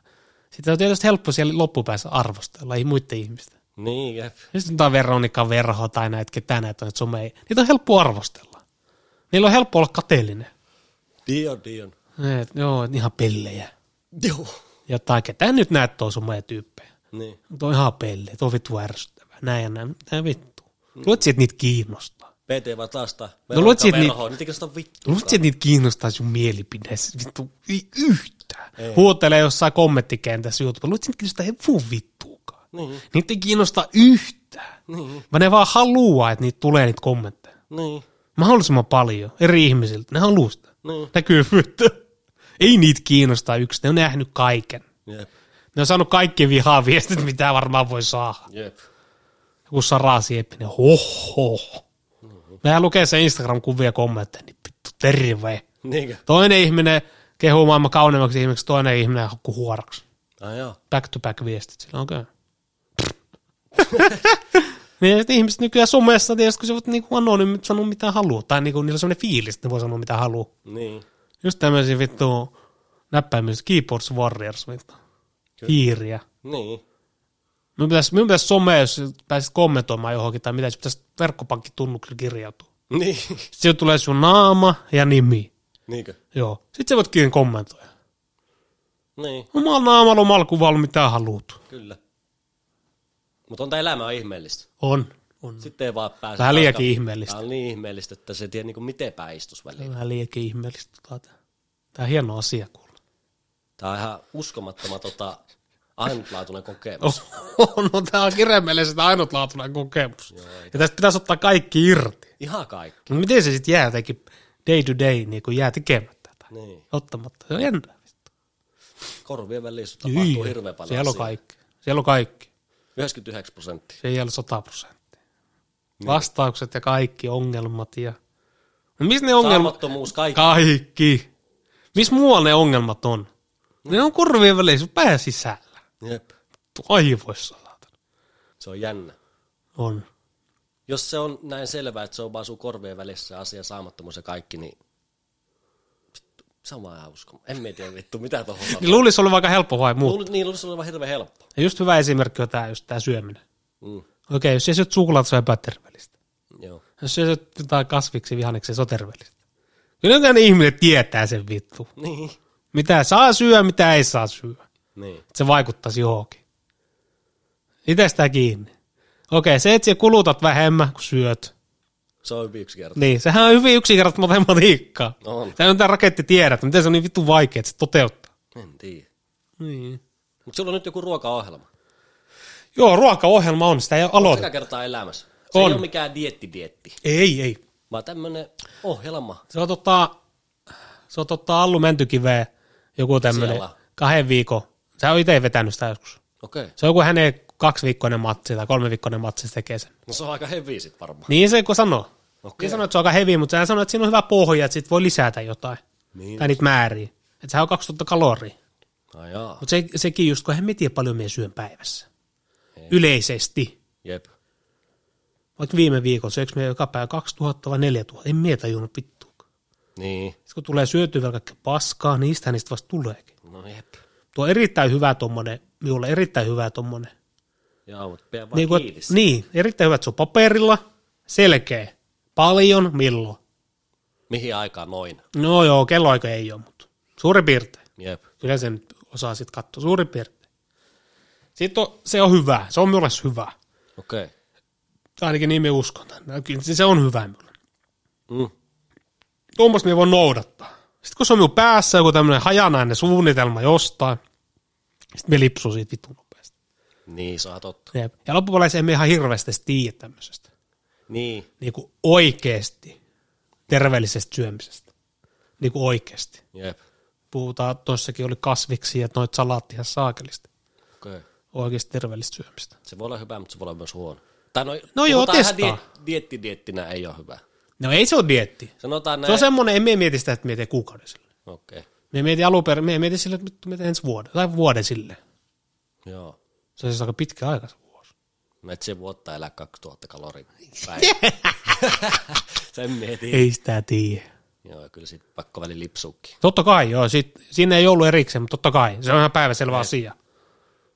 sitten on tietysti helppo siellä loppupäässä arvostella, ei muiden ihmistä.
Niin, jep.
Ja Sitten on Veronika Verho tai näitä, ketä näitä on, että some ei. Niitä on helppo arvostella. Niillä on helppo olla kateellinen.
Dion, dion.
Et, joo, et ihan pellejä.
Joo.
Ja tai ketä nyt näet tuo somea-tyyppejä.
Niin.
Tuo on ihan pelle, tuo on vittu ärsyttävää. Näin ja näin, mitä vittu. Luulet siitä, että niitä kiinnostaa.
PT Vatasta.
No luet sit
Veronika Verhoa. Nyt ei sitä vittu.
Luuletko, että niitä kiinnostaa sun mielipide? Vittu, ei yhtään. Ei. Huutelee jossain kommenttikentässä YouTubella. Luuletko, että niitä kiinnostaa hevun vittuukaan?
Niin.
Niitä ei kiinnosta yhtään.
Niin.
Vaan ne vaan haluaa, että niitä tulee niitä kommentteja.
Niin.
Mahdollisimman paljon eri ihmisiltä. Ne haluaa sitä.
Niin.
Näkyy vittu. Ei niitä kiinnosta yksi. Ne on nähnyt kaiken.
Jep.
Ne on saanut kaikki vihaa viestit, mitä varmaan voi saada.
Jep.
Joku Sara Sieppinen, niin hoho. Mä lukee se Instagram-kuvia kommentteja, niin vittu terve.
Niinkö?
Toinen ihminen kehuu maailman kauneimmaksi ihmiseksi, toinen ihminen hakkuu huoraksi.
Ai joo.
Back to back viestit sillä, okei. Okay. [laughs] niin että ihmiset nykyään somessa, tietysti kun se ovat niinku anonyymit sanoa mitä haluaa, tai niinku niillä on sellainen fiilis, että ne voi sanoa mitä haluaa.
Niin.
Just tämmöisiä vittu näppäimistä, keyboards warriors, vittu. Hiiriä.
Niin.
Minun pitäisi, minun pitäisi somea, jos pääsit kommentoimaan johonkin tai mitä, se pitäisi verkkopankkitunnuksella kirjautua.
Niin.
Sitten sieltä tulee sun naama ja nimi.
Niinkö?
Joo. Sitten sä voitkin kommentoida.
Niin,
Omalla naamalla, omalla kuvalla, mitä haluat.
kyllä. Mutta on tämä elämä on ihmeellistä.
On. On.
Sitten ei vaan pääse...
Mm. Vähän liiankin
vaikka-
ihmeellistä. Mm.
Tää on niin ihmeellistä, että se ei tiedä niinku miten päin istus väliin.
Vähän liiankin ihmeellistä. Tota. Tämä on hieno asia [laughs] kuulla.
Tämä on ihan uskomattoman
[laughs]
tota, ainutlaatuinen kokemus.
Oh, no tämä on kirjaimellisesti ainutlaatuinen kokemus. Joo, ja tästä pitäisi ottaa kaikki irti.
Ihan kaikki.
Mutta miten se sitten jää jotenkin day to day, niin kuin jää tekemättä tai
Niin.
ottamatta. Se on jännä.
Korvien välissä tapahtuu hirveän paljon
Siellä on
asiaa.
kaikki. Siellä on kaikki.
99 prosenttia.
Se ei ole 100 prosenttia. Vastaukset ja kaikki ongelmat ja... No missä ne ongelmat?
Saamattomuus, kaikki.
Kaikki. Missä muualla ne ongelmat on? Ne on korvien välissä sun pää sisällä.
Jep.
Vittu, Aivoissa saatana.
Se on jännä.
On.
Jos se on näin selvää, että se on vaan sun korvien välissä se asia, saamattomuus ja kaikki, niin vittu, sama hauska. En mä tiedä vittu, mitä tuohon
Niin luulisi olla aika helppo vai muu.
sanoo. Niin, luulisi olevan hirveän helppo.
Ja just hyvä esimerkki on tämä, just tämä syöminen.
Mm.
Okei, jos sä syöt suklaata, se on epäterveellistä.
Joo.
Jos sä syöt jotain kasviksi, vihanneksi, se on terveellistä. Kyllä jokainen ihminen tietää sen [laughs] vittu.
Niin.
Mitä saa syödä, mitä ei saa syödä.
Niin.
Että se vaikuttaisi johonkin. Itsestä kiinni. Okei, se, että sä kulutat vähemmän kuin syöt.
Se on hyvin yksi kerta.
Niin, sehän on hyvin yksinkertaista matematiikkaa.
On.
Sehän on tämä raketti tiedä, että miten se on niin vittu vaikea, että se toteuttaa.
En tiedä.
Niin.
Mutta sulla on nyt joku ruokaohjelma.
Joo, ruokaohjelma on, sitä ei ole
Seka
aloitettu.
kertaa elämässä. Se
On.
ei ole mikään diettidietti,
Ei, ei.
vaan tämmönen ohjelma.
Se on tota, se on tota Allu Mäntykiveä, joku tämmöinen
Siellä.
kahden viikon. Sä on itse vetänyt sitä joskus.
Okei. Okay.
Se on joku hänen kaksiviikkoinen matsi tai kolmeviikkoinen matsi se tekee sen.
No se on aika heavy sit varmaan.
Niin se kun sanoo.
Okei.
Niin sanoo, että se on aika hevi, mutta sehän sanoo, että siinä on hyvä pohja, että sit voi lisätä jotain.
Niin.
Tai niitä määriä. Että sehän on 2000 kaloria.
Ai jaa.
Mutta se, sekin just, kun eihän me tiedä paljon me syön päivässä. Yleisesti.
Jep.
Vaikka viime viikolla syöks me joka päivä 2000 vai 4000. En mie tajunnut vittua.
Niin.
Sitten kun tulee syötyä vielä kaikkea paskaa, niin niistä niistä vasta tuleekin.
No jep.
Tuo on erittäin hyvä tuommoinen, minulle erittäin hyvä tuommoinen.
Joo, mutta pidä vaan
Niin,
niin
kun,
kiinni.
niin, erittäin hyvä, että se on paperilla, selkeä. Paljon, milloin.
Mihin aikaan noin?
No joo, kelloaika ei ole, mutta suurin piirtein.
Jep.
Kyllä sen osaa sitten katsoa suurin piirtein. Sitten on, se on hyvä, se on minulle hyvä.
Okei. Okay.
Ainakin niin me uskon. tämän. No Kyllä se- se on hyvä minulle.
Mm.
Tuommoista me voi noudattaa. Sitten kun se on minun päässä joku tämmöinen hajanainen suunnitelma jostain, sitten me lipsuu siitä vitun nopeasti.
Niin, se on totta.
Jep. Ja loppupeleissä emme ihan hirveästi edes tiedä tämmöisestä.
Niin.
Niin kuin oikeasti terveellisestä syömisestä. Niin kuin oikeasti.
Jep.
Puhutaan, tuossakin oli kasviksi ja noita salaattia saakelista.
Okei. Okay.
Oikeasti terveellistä syömistä.
Se voi olla hyvä, mutta se voi olla myös huono. Tai no,
No joo,
puhutaan ihan
testaa.
Die- dietti-diettinä ei ole hyvä.
No ei se ole dietti.
Sanotaan näin.
Se on semmoinen, emme mieti sitä, että mieti kuukauden sille.
Okei. Okay.
Me mieti alun perin, me mieti sille, että mieti ensi vuoden, tai vuoden sille.
Joo.
Se on siis aika pitkä aika se vuosi.
Et se vuotta elää 2000 kaloria
[laughs]
päivä. Sen mietin.
Ei sitä tiedä.
Joo, ja kyllä sit pakko väli lipsuukin.
Totta kai, joo, sit, siinä ei ollut erikseen, mutta totta kai, se on ihan päiväselvä
Niin.
asia.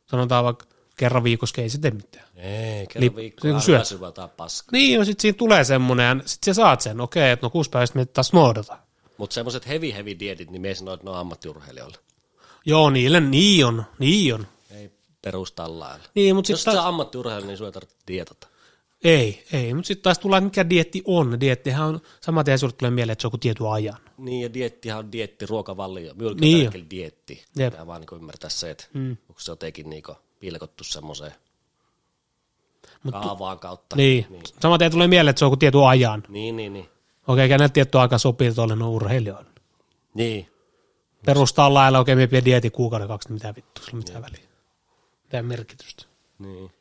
Sanotaan vaikka kerran viikossa, ei se tee mitään.
Ei, kerran
Lip-
viikkoa
kun syöt.
aina syvä tai paska.
Niin, ja sitten siinä tulee semmoinen, sitten sä saat sen, okei, että no kuusi päivästä me taas noudata.
Mutta semmoiset heavy heavy dietit, niin me sanoin, että ne on ammattiurheilijoille.
Joo, niille niin on, niin on.
Ei perustallailla.
Niin, mutta
Jos
sitten
sä
taas,
oot ammattiurheilija, niin sua ei tarvitse dietata.
ei, ei, mutta sitten taas tulee, että mikä dietti on. Diettihän on, saman tien sulle tulee mieleen, että se on joku tietyn ajan.
Niin, ja diettihan on dietti, ruokavalio. Minulla
Niin
niin
jo.
on dietti.
Jep.
Pitää vaan niin ymmärtää se, että mm. onko se jotenkin niin pilkottu semmoiseen kaavaan kautta.
Niin. niin. Saman tien tulee mieleen, että se on joku tietyn ajan.
Niin, niin, niin.
Okei, kenellä tietty aika sopii tuolle no urheilijoille.
Niin,
Perustaa lailla, okei, me pidän dieti kuukauden kaksi, niin mitä vittu, sillä on mitään väliä. Mitään merkitystä.
niin.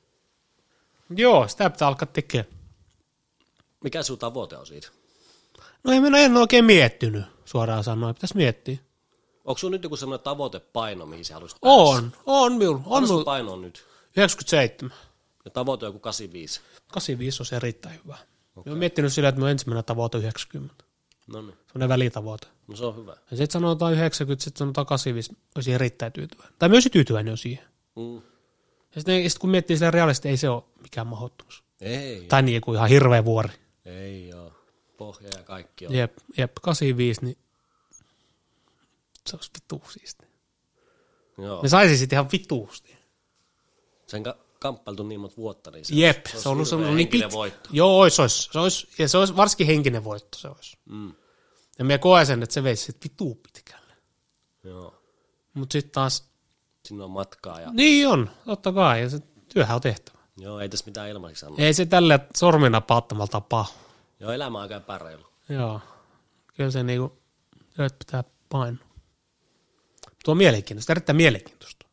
Joo, sitä pitää alkaa tekemään.
Mikä sun tavoite on siitä?
No ei, minä en ole oikein miettinyt, suoraan sanoen. Pitäisi miettiä.
Onko sun nyt joku semmoinen tavoitepaino, mihin sä haluaisit päästä?
On, on minulla. On
Mikä sun
minulla.
paino on nyt?
97.
Ja tavoite on joku 85. 85.
85 olisi erittäin hyvä. Okay. Olen miettinyt sillä, että minun ensimmäinen tavoite on 90.
No niin,
Sellainen välitavoite.
no se on hyvä.
Ja sitten sanotaan 90, sitten sanotaan 85, olisi erittäin tyytyväinen. Tai myös tyytyväinen on siihen.
Mm.
Ja sitten sit kun miettii sillä realistisesti, ei se ole mikään mahdottomuus.
Ei,
Tai niin kuin ihan hirveä vuori.
ei joo. Pohja ja kaikki on.
Jep, jep, 85, niin se olisi vittu siisti.
Joo.
Me saisi sitten ihan vituusti.
Sen ka- kamppailtu niin monta vuotta, niin se
Jep,
olisi
se on ollut
hirveä
semmoinen niin
henkinen
pit...
voitto.
Joo, ois, ois. Se olisi, ja se olisi varsinkin henkinen voitto se olisi.
Mm.
Ja me koen sen, että se veisi sit vituu pitkälle.
Joo.
Mutta sitten taas,
Sinne on matkaa ja...
niin on, totta kai, ja se työhän on tehtävä.
Joo, ei tässä mitään ilmaiseksi sanoa.
Ei se tälle sormina paattamalla tapahdu.
Joo, elämä on aika epäreilu.
Joo. Kyllä se niinku, työt pitää painaa. Tuo on mielenkiintoista, erittäin mielenkiintoista.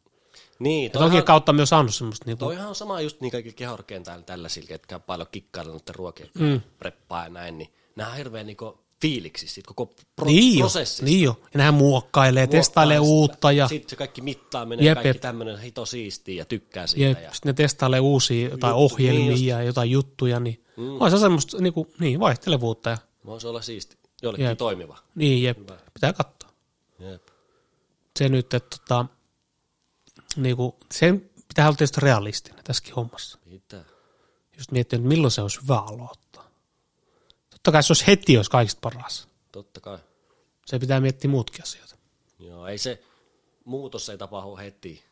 Niin,
Ja toki
toihan,
kautta myös saanut semmoista niinku,
toihan on sama just niin kaikki kehorkentäillä tällaisilla, ketkä on paljon kikkailla noiden ruokien mm. preppaa ja näin, niin nämä on hirveän niinku fiiliksi siitä koko pro-
niin jo,
prosessista.
niin jo. Ja nehän muokkailee, testailee
Muokkaa
uutta
sitä.
ja
Sitten se kaikki mittaaminen ja
Jep,
kaikki
jep.
tämmöinen hito siistiä ja tykkää siitä.
Jep,
Ja,
sitten ne testailee uusia jotain
Juttu-
ohjelmia
niin just.
ja jotain juttuja, niin mm. on se semmoista niin, kuin, niin vaihtelevuutta. Ja,
voisi olla siisti. Jollekin
Jep.
toimiva.
niin, jep, pitää katsoa.
Jep.
Se nyt, että tota, niin kuin, sen pitää olla tietysti realistinen tässäkin hommassa.
Pitää.
Just miettinyt, että milloin se olisi hyvä aloittaa. Totta kai se olisi heti, olisi kaikista paras.
Totta kai.
Se pitää miettiä muutkin asioita.
Joo, ei se, muutos ei tapahdu heti.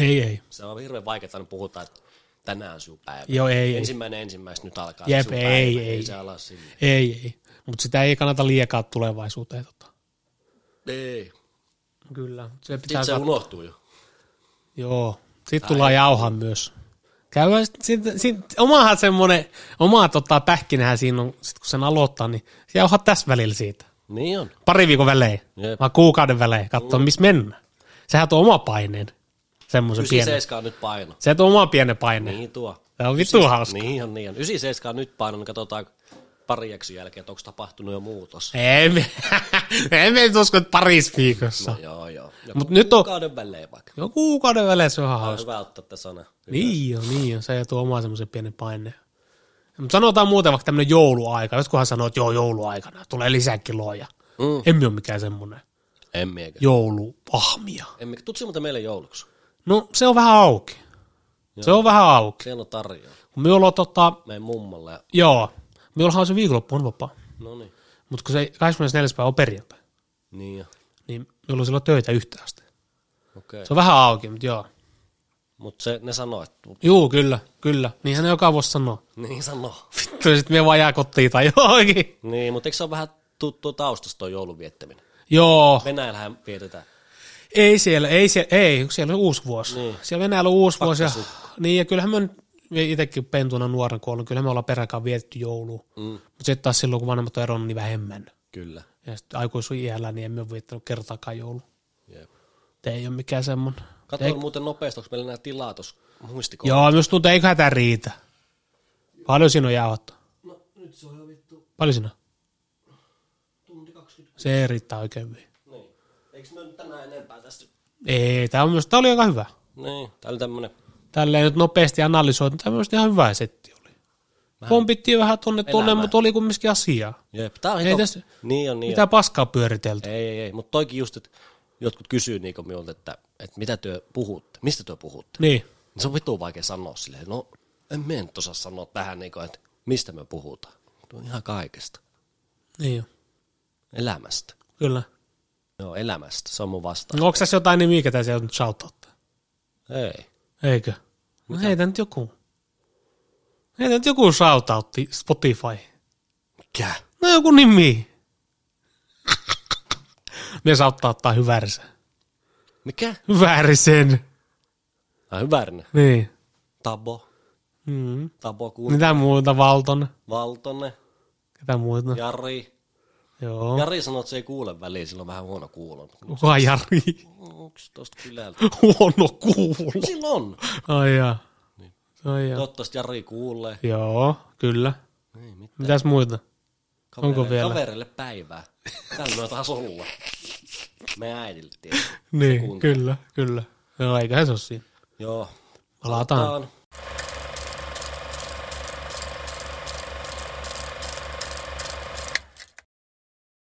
Ei, ei.
Se on hirveän vaikeaa, kun puhutaan, että tänään on sun päivä.
Joo, ei, ei.
Ensimmäinen ensimmäistä nyt alkaa
Jep,
sun
ei,
päivä.
ei,
ei.
ei.
se ala sinne.
Ei, ei. Mutta sitä ei kannata liekaa tulevaisuuteen. Tota.
Ei.
Kyllä. Se pitää
Sitten se unohtuu jo.
Joo, sit tullaan jauhan myös. Käydään sit, sit, sit, omahan semmonen, oma tota, pähkinähän siinä on, sit kun sen aloittaa, niin se jauhaa tässä välillä siitä.
Niin on.
Pari viikon välein,
Jep.
vai kuukauden välein, katsoa missä mennään. Sehän tuo oma paineen, semmoisen pienen.
97 on nyt paino.
Se tuo oma pienen paineen. Niin.
Niin tuo.
Tämä on vittu hauska.
Niin on, niin on. 97 on nyt paino, niin katsotaan pari jakson jälkeen, että onko tapahtunut jo muutos.
Ei, me, [laughs] ei me nyt usko, että parissa viikossa.
No, joo, joo. Joku
Mut nyt on-
Kuukauden välein vaikka.
Joo, kuukauden välein se on ihan
On
hauska.
hyvä ottaa tämä sana.
Niin jo, niin jo. Se tuo omaa semmoisen pienen paineen. Mutta sanotaan muuten vaikka tämmöinen jouluaika. Jotkuhan sanoo, että joo, jouluaikana tulee lisää kiloja. Mm. Emme ole mikään semmoinen
En miekä.
joulupahmia.
Emme, tutsi muuten meille jouluksi.
No se on vähän auki. Joo. Se on vähän auki.
Siellä on tarjoa.
Kun Minulla on tota,
Meidän mummalle. ja-
joo, minullahan on se viikonloppu on vapaa.
No niin.
Mutta kun se 24. päivä on perjantai,
Niin jo.
niin minulla on silloin töitä yhtä asti.
Okei.
Se on vähän auki, mutta joo.
Mutta se, ne sanoo, että
Juu, kyllä, kyllä. Niinhän ne joka vuosi sanoo. [laughs]
niin sanoo.
Vittu, sitten me vaan jää kotiin tai johonkin.
Niin, mutta eikö se ole vähän tuttu taustasta tuo joulun viettäminen?
Joo,
Venäjällähän vietetään.
Ei siellä, ei siellä, ei, kun siellä on uusi vuosi. Niin. Siellä Venäjällä on uusi vuosi. Ja, niin, ja kyllähän me nyt- me itsekin pentuna nuoren kuollun, kyllä me ollaan peräkään vietetty joulua. Mm. Mutta sitten taas silloin, kun vanhemmat on eronnut, niin vähemmän.
Kyllä.
Ja sitten aikuisuiällä, niin emme ole viettänyt kertaakaan joulua.
Jep.
Tämä ei ole mikään semmoinen.
Katsotaan muuten nopeasti, onko meillä nämä tilaa tuossa muistikolla.
Joo, myös tuntuu, että eiköhän tämä riitä. Paljon siinä on jauhattu.
No, nyt se on jo vittu
Paljon siinä on?
tunti 20.
Se riittää oikein hyvin.
Niin. Eikö me nyt tänään enempää tästä?
Ei, tämä on myös, tämä oli aika hyvä.
Niin, täällä on tämmönen.
Tälleen nyt nopeasti analysoitu, tämä on myös ihan hyvä setti oli. Pompittiin vähän tonne tonne,
Elämää.
mutta oli kumminkin asiaa.
Jep, tää on
Ei
hito-
tässä-
Niin on, niin
Mitä paskaa pyöritelty?
Ei, ei, ei. Mutta toikin just, että jotkut kysyy niinku minulta, että, että mitä työ puhutte, mistä työ puhutte.
Niin.
Niin Se on vittu vaikea sanoa silleen, no en mä nyt osaa sanoa tähän, niinku, että mistä me puhutaan. No ihan kaikesta.
Niin jo.
Elämästä.
Kyllä.
Joo, elämästä. Se on mun vastaus.
No, onko tässä jotain nimiä, ketä sieltä nyt shoutouttaa?
Ei.
Eikö? No heitä nyt joku. Heitä nyt joku shoutoutti Spotify.
Mikä?
No joku nimi. Me saattaa ottaa hyvärisen.
Mikä?
Hyvärisen.
Ah, hyvärinen.
Niin.
Tabo.
Mm.
Tabo Kun.
Mitä muuta Valton?
Valtonen.
Ketä muuta? Ja.
Jari.
Joo. Ja.
Jari sanoo, että se ei kuule väliin, sillä on vähän huono kuulo.
Kuka Jari?
Onks tosta kylältä?
Huono kuulo.
Sillä on.
Ai jaa. Ai jaa.
Toivottavasti Jari kuulee.
Joo, kyllä.
Ei mitään.
Mitäs muuta?
Kavereille,
Onko vielä?
Kavereille päivää. Tällä me taas olla. Me äidiltä tietysti.
Niin, kyllä, kyllä. No eiköhän se ole siinä.
Joo.
Palataan.
Palataan.